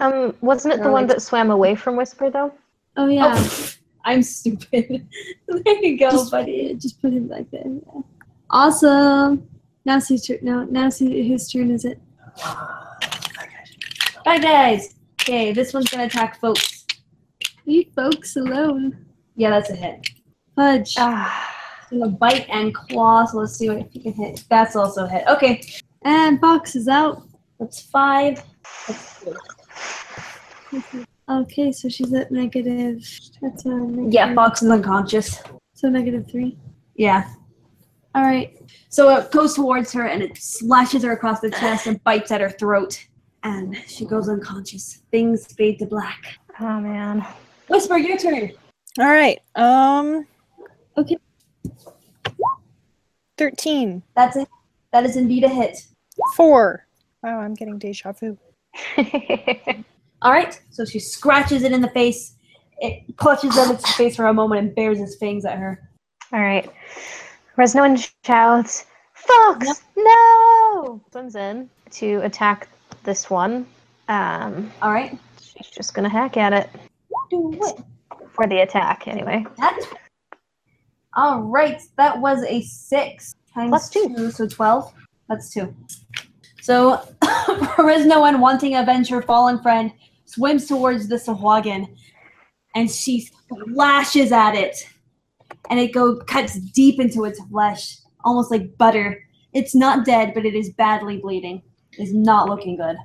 Um, wasn't it the
Really?
one that swam away from Whisper though?
Oh yeah.
Oh, I'm stupid. (laughs) there you go,
just,
buddy.
yeah, just put him like that. yeah. Awesome. Now see turn. No, now see whose turn is it?
Bye, guys. Okay, this one's gonna attack folks.
Leave folks alone.
Yeah, that's a hit.
Fudge.
Ah,
It's gonna bite and claw. So let's see what if you can hit. That's also a hit. Okay,
And Fox is out.
that's five.
Okay, so she's at negative. That's a negative.
Yeah, Fox is unconscious.
So negative three.
Yeah.
All right.
So it goes towards her and it slashes her across the chest and bites at her throat. And she goes unconscious. Things fade to black.
oh (laughs) man.
Whisper, your turn.
All right. Um.
Okay.
Thirteen.
That's it. That is indeed a hit.
Four. Wow, I'm getting deja vu.
All right. So she scratches it in the face. It clutches at its face for a moment and bares its fangs at her.
All right. Resnoan shouts, "Fox, no!" Swims in to attack this one. Um,
All right.
she's just gonna hack at it
Do what?
for the attack anyway.
That. All right. That was a six times
Plus two.
so twelve. That's two. So (coughs) Resno, one wanting to avenge her fallen friend, swims towards the Sahuagin, and she lashes at it, and it go cuts deep into its flesh, almost like butter. It's not dead, but it is badly bleeding. It's not looking good.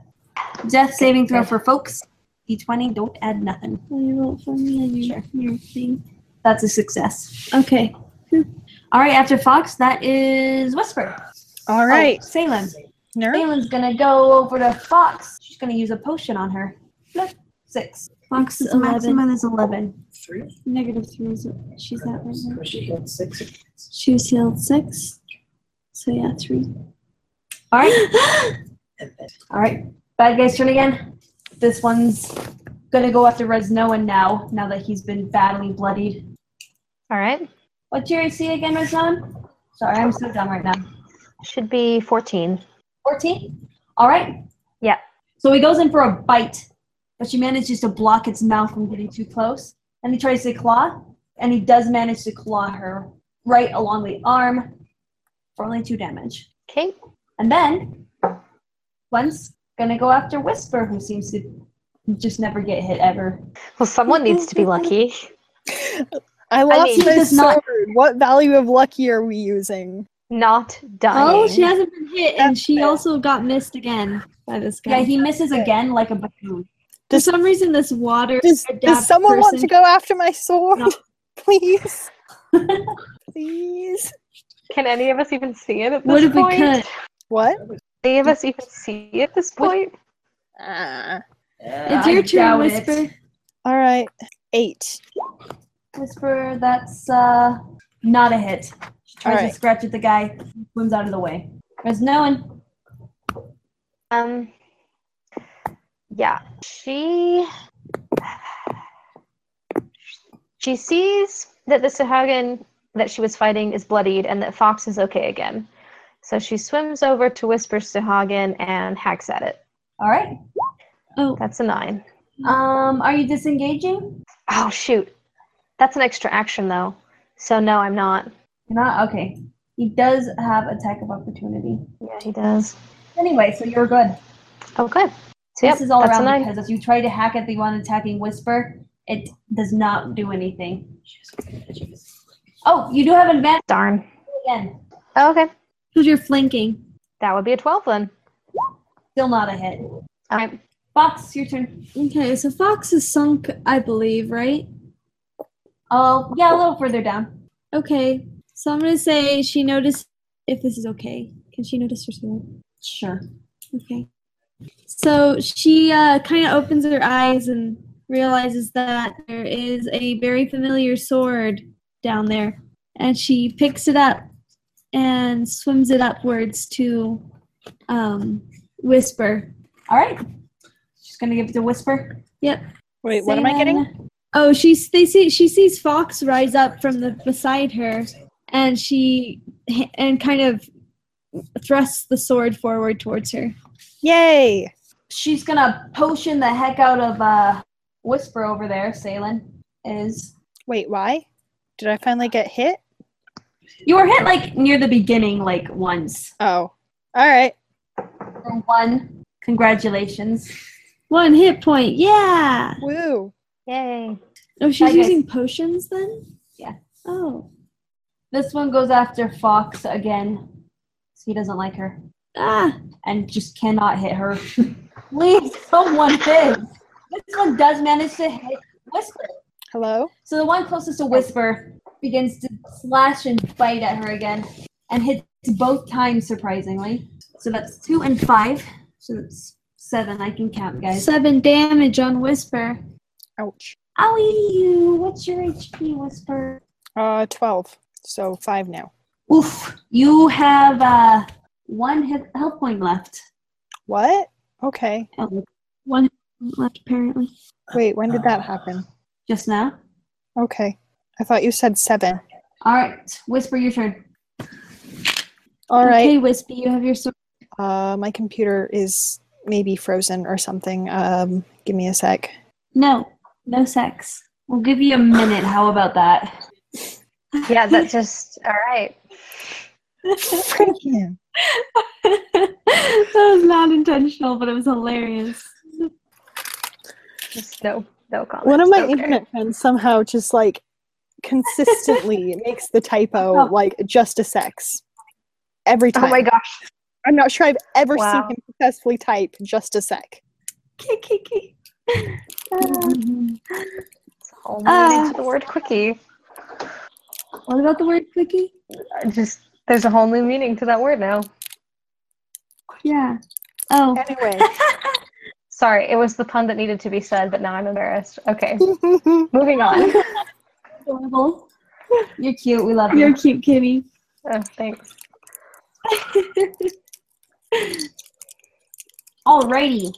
Death saving throw for folks. D20, don't add nothing.
Will you roll for me and your,
Sure.
your thing?
That's a success.
Okay.
All right, after Fox, that is Whisper.
All right.
Oh, Salem.
Nerve.
Salem's gonna go over to Fox. She's gonna use a potion on her. Look, six.
Fox is eleven.
is eleven.
Three.
Negative three is what she's at right now.
Was she healed six?
She was healed six. So yeah, three.
All right,
And then
all right. Bad guy's turn again. This one's gonna go after Resnoan now. Now that he's been badly bloodied.
All right,
What's your AC again, Resnoan? Sorry, I'm so dumb right now.
should be fourteen.
14? All right.
Yeah.
So he goes in for a bite, but she manages to block its mouth from getting too close. And he tries to claw, and he does manage to claw her right along the arm for only two damage.
Okay.
And then one's gonna go after Whisper, who seems to just never get hit ever.
Well, someone needs
(laughs)
to be lucky.
I lost
mean,
my
this is not-
sword. What value of lucky are we using?
Not dying.
Oh, she hasn't been hit, and
That's
she
fair.
also got missed again by this guy.
Yeah, he misses again like a baboon.
For
Does-
some reason, this water.
(laughs) Does,
adapt
does someone want to
person-
go after my sword?
No.
(laughs)
(laughs)
Please. Please.
Can any of us even see it at this
What if we
point?
could?
What?
Any of us even see it at this point?
Uh,
It's your turn, Whisper.
all right. Eight.
Whisper, that's uh, not a hit. She tries
Alright.
to scratch at the guy, swims out of the way. There's no one.
Um. Yeah, she she sees that the Sahagan that she was fighting is bloodied and that Fox is okay again. So she swims over to whisper Sahagan and hacks at it.
All right.
That's a nine.
Um, are you disengaging?
Oh shoot, that's an extra action though. So no, I'm not.
You're not okay. He does have attack of opportunity.
Yeah, he does.
Anyway, so you're good.
Okay. So yep,
this is all
that's a
around
nine.
because if you try to hack at the one attacking Whisper, it does not do anything. Oh, you do have advantage
Darn. Oh,
again.
Okay,
Because you're flanking.
that would be a twelve then. Um,
Still not a hit.
All right.
Fox, your turn.
Okay, so Fox is sunk, I believe, right?
Oh, yeah, a little further down.
Okay, so I'm gonna say she noticed. If this is okay, can she notice her sword?
Sure.
Okay. So she uh, kind of opens her eyes and realizes that there is a very familiar sword down there. And she picks it up and swims it upwards to um, Whisper.
All right. She's gonna give it to Whisper.
Wait, what am I getting?
Zayden,
Oh, she's, they see, she sees Fox rise up from the beside her and she and kind of thrusts the sword forward towards her.
Yay.
She's gonna potion the heck out of uh, Whisper over there. Salen is.
Wait, why? Did I finally get hit?
You were hit like near the beginning, like once.
Oh. All right.
For one, congratulations.
One hit point, yeah!
Woo.
Yay.
Oh,
I
she's
guess-
using potions then?
Yeah.
Oh.
This one goes after Fox again. 'cause He doesn't like her
Ah.
and just cannot hit her. Leave someone in. This one does manage to hit Whisper.
Hello?
So the one closest to Whisper begins to slash and bite at her again and hits both times, surprisingly. So that's two and five. So that's seven. I can count, guys.
Seven damage on Whisper.
Ouch.
Owie, what's your HP, Whisper?
Uh, 12. So five now.
Oof, you have uh, one hit- health point left.
What? Okay.
One left, apparently.
Wait, when did that happen?
Just now.
Okay. I thought you said seven.
All right, Whisper, your turn.
All right.
Okay, Wispy, you have your sword.
Uh, my computer is maybe frozen or something. Um, give me a sec.
No, no sex. We'll give you a minute. How about that?
Yeah,
(laughs)
that just all right.
Freaking.
(laughs) that was not intentional, but it was hilarious.
Just no, no comment.
(laughs) One of my
Okay.
internet friends somehow just like (laughs) consistently makes the typo
Oh.
like just a sex every time.
Oh my gosh.
I'm not sure I've ever
Wow.
seen him successfully type just a sec.
Kiki.
So
Ah.
to the word quickie.
What about the word quickie?
I Just there's a whole new meaning to that word now.
Yeah. (laughs) Oh,
(laughs) Anyway,
Sorry, it was the pun that needed to be said, but now I'm embarrassed. Okay, moving on.
Adorable. You're cute. We love you.
you're cute, kitty.
Oh, thanks.
(laughs) Alrighty.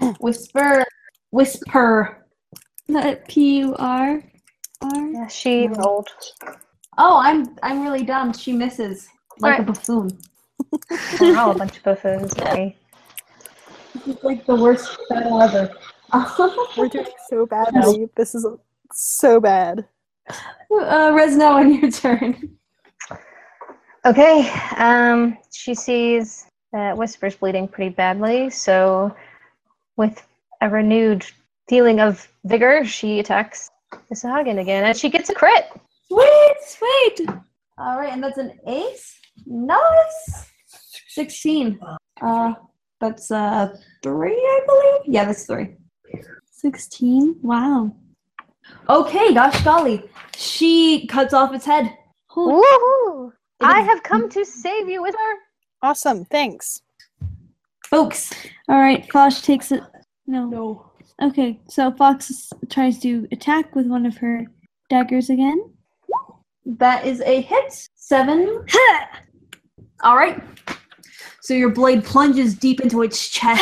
Oh,
Whisper, whisper.
That P U R R.
Yeah, she rolled.
Oh, I'm I'm really dumb. She misses like a buffoon.
We're all a bunch of
(laughs)
buffoons, aren't we?
(laughs)
This is like the worst battle ever.
Uh,
we're doing so badly. This is so bad.
Uh, Resno, on your turn.
Okay. Um, she sees that Whisper's bleeding pretty badly, so with a renewed feeling of vigor, she attacks Isahagan again, and she gets a crit.
Sweet, sweet. All right, and that's an ace. Nice. Sixteen. Uh, that's uh three, I believe. Yeah, that's three. Sixteen. Wow. Okay, gosh golly, she cuts off its head. Oh,
Woohoo! I have come to save you, Whisper.
Awesome. Thanks.
folks. All right, Fosh takes it. No. No. Okay, so Fox s- tries to attack with one of her daggers again.
That is a hit. Seven.
All right.
So your blade plunges deep into its chest,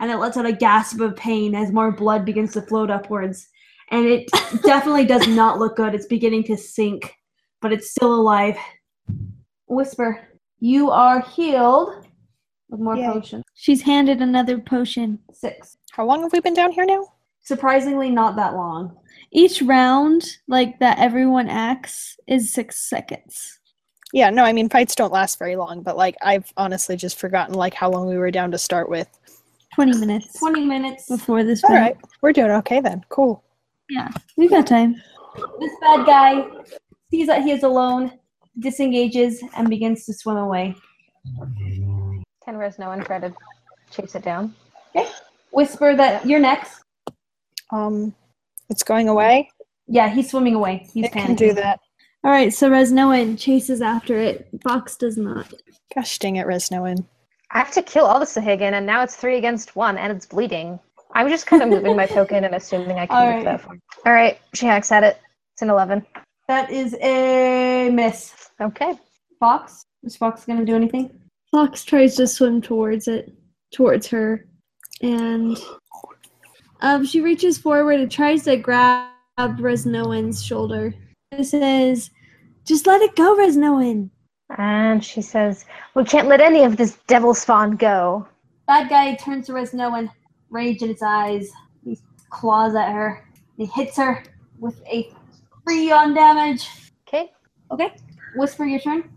and it lets out a gasp of pain as more blood begins to float upwards. And it definitely does not look good. It's beginning to sink, but it's still alive. Whisper, you are healed with more
Yay.
potions.
She's handed another potion.
Six.
How long have we been down here now?
Surprisingly, not that long.
Each round, like that everyone acts, is six seconds.
Yeah, no, I mean fights don't last very long, but like I've honestly just forgotten like how long we were down to start with.
20 minutes
20 minutes.
before this
All
one.
right, we're doing okay then. Cool.
We've got time.
This bad guy sees that he is alone, disengages, and begins to swim away.
Can Resnoan try to chase it down?
Whisper that you're next.
Um, it's going away.
Yeah, he's swimming away. He's
It can
panicking.
do that.
All right, so Resnoan chases after it. Fox does not.
Gosh dang it, Resnoan.
I have to kill all the Sahagan, and now it's three against one, and it's bleeding. I'm just kind of moving my token and assuming I can
All
move
right.
that far. All right, she hacks at it. It's an 11.
That is a miss.
Okay.
Fox? Is Fox going to do anything?
Fox tries to swim towards it, towards her, and um, she reaches forward and tries to grab Resnoan's shoulder. This is just let it go, Resnoan.
And she says, We can't let any of this devil spawn go.
Bad guy turns to Resno and rage in his eyes. He claws at her. He hits her with a three on damage.
Okay.
Okay. Whisper your turn.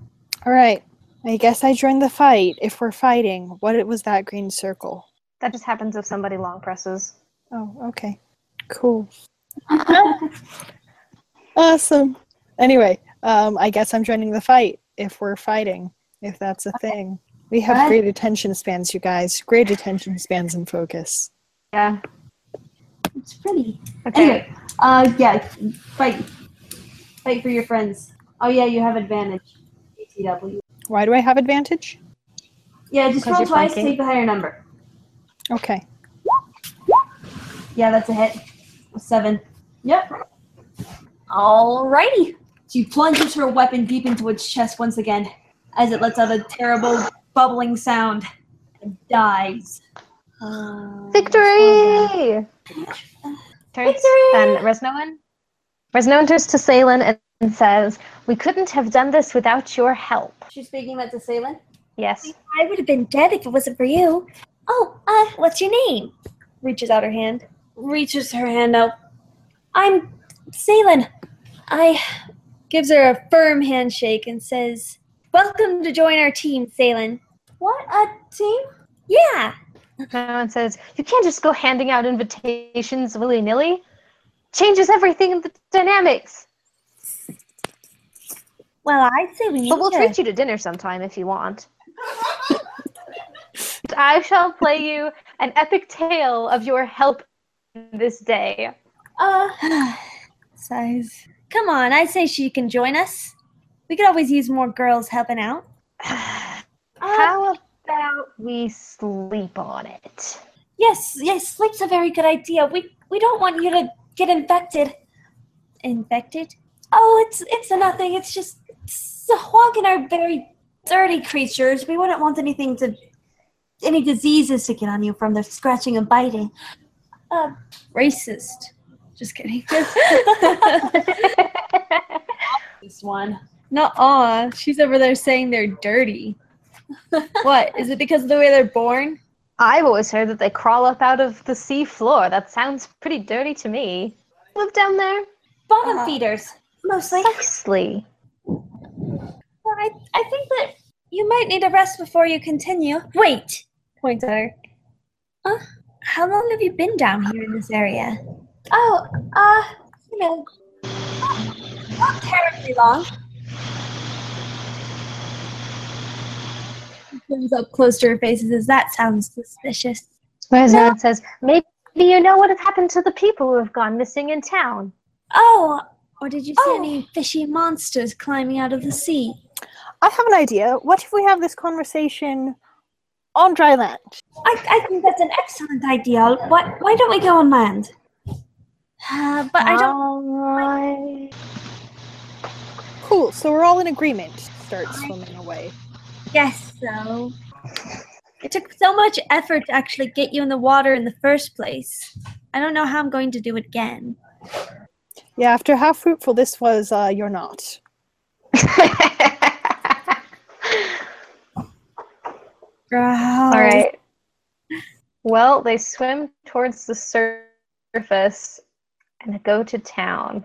All right, I guess I joined the fight. If we're fighting, what it was that green circle?
That just happens if somebody long presses.
Oh, okay. (laughs) Cool. awesome. Anyway, um, I guess I'm joining the fight if we're fighting, if that's a thing. We have
Alright.
great attention spans, you guys. Great attention spans and focus.
Yeah.
It's pretty.
Okay.
Anyway, uh, yeah, fight. Fight for your friends. Oh, yeah, you have advantage. BTW.
Why do I have advantage?
Yeah, just
'Cause
roll
you're
twice,
flanking.
take the higher number.
Okay.
Yeah, that's a hit. A Seven. Yep. Alrighty. She plunges her weapon deep into its chest once again as it lets out a terrible bubbling sound and dies.
Victory! Turns
Victory!
and Resnoan. Resnoan turns to Salen and- and says, "We couldn't have done this without your help."
She's speaking that to Salen.
Yes.
I would have been dead if it wasn't for you. Oh, uh, what's your name? Reaches out her hand.
Reaches her hand out.
I'm Salen. I
Gives her a firm handshake and says,
welcome to join our team, Salen.
What a team!
Yeah,
Resnoan says, "You can't just go handing out invitations willy nilly. Changes everything in the dynamics.
well, I'd say we need
But we'll
to.
treat you to dinner sometime if you want." (laughs) And I shall play you an epic tale of your help this day.
(sighs)
Uh, sighs. Come on, I say she can join us. We could always use more girls helping out.
(sighs) How about we sleep on it?
Yes, yes, sleep's a very good idea. We we don't want you to get infected. Infected? Oh, it's it's nothing. It's just Sahuagin are very dirty creatures. We wouldn't want anything to any diseases to get on you from their scratching and biting. Uh,
racist.
(laughs)
Just kidding.
This one.
Not aw. She's over there saying they're dirty. what? Is it because of the way they're born?
I've always heard that they crawl up out of the sea floor. That sounds pretty dirty to me. live down there?
Bottom feeders, mostly.
Precisely.
Well, I, I think that you might need a rest before you continue. Wait,
Points at her.
how long have you been down here in this area? Oh, uh, you know, not, not terribly long.
Comes up close to her face and says, That sounds suspicious.
Whereas no. it says, maybe you know what has happened to the people who have gone missing in town.
Oh,
Or did you see
Oh.
any fishy monsters climbing out of the sea?
I have an idea. What if we have this conversation on dry land?
I, I think that's an excellent idea. Why, why don't we go on land? Uh, but I don't.
Alright.
Cool. So we're all in agreement. Start swimming away.
Yes, so. It took so much effort to actually get you in the water in the first place. I don't know how I'm going to do it again.
Yeah. After how fruitful this was, uh, you're not.
Growl.
All right. Well, they swim towards the sur- surface and go to town.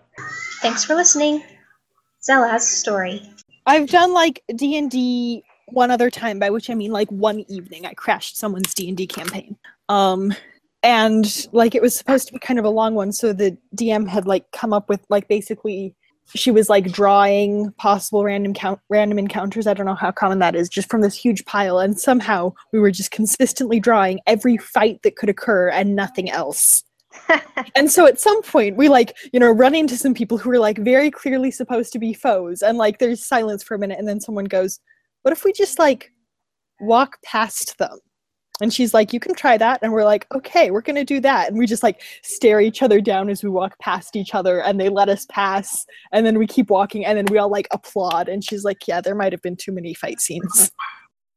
Thanks for listening. Zelaz's story.
I've done like D and D one other time, by which I mean like one evening. I crashed someone's D and D campaign. Um, and like it was supposed to be kind of a long one, so the DM had like come up with like basically she was like drawing possible random count random encounters. I don't know how common that is, just from this huge pile, and somehow we were just consistently drawing every fight that could occur and nothing else. And so at some point, we like, you know, run into some people who are like very clearly supposed to be foes. And like, there's silence for a minute. And then someone goes, What if we just like walk past them? And she's like, You can try that. And we're like, Okay, we're going to do that. And we just like stare each other down as we walk past each other. And they let us pass. And then we keep walking. And then we all like applaud. And she's like, Yeah, there might have been too many fight scenes.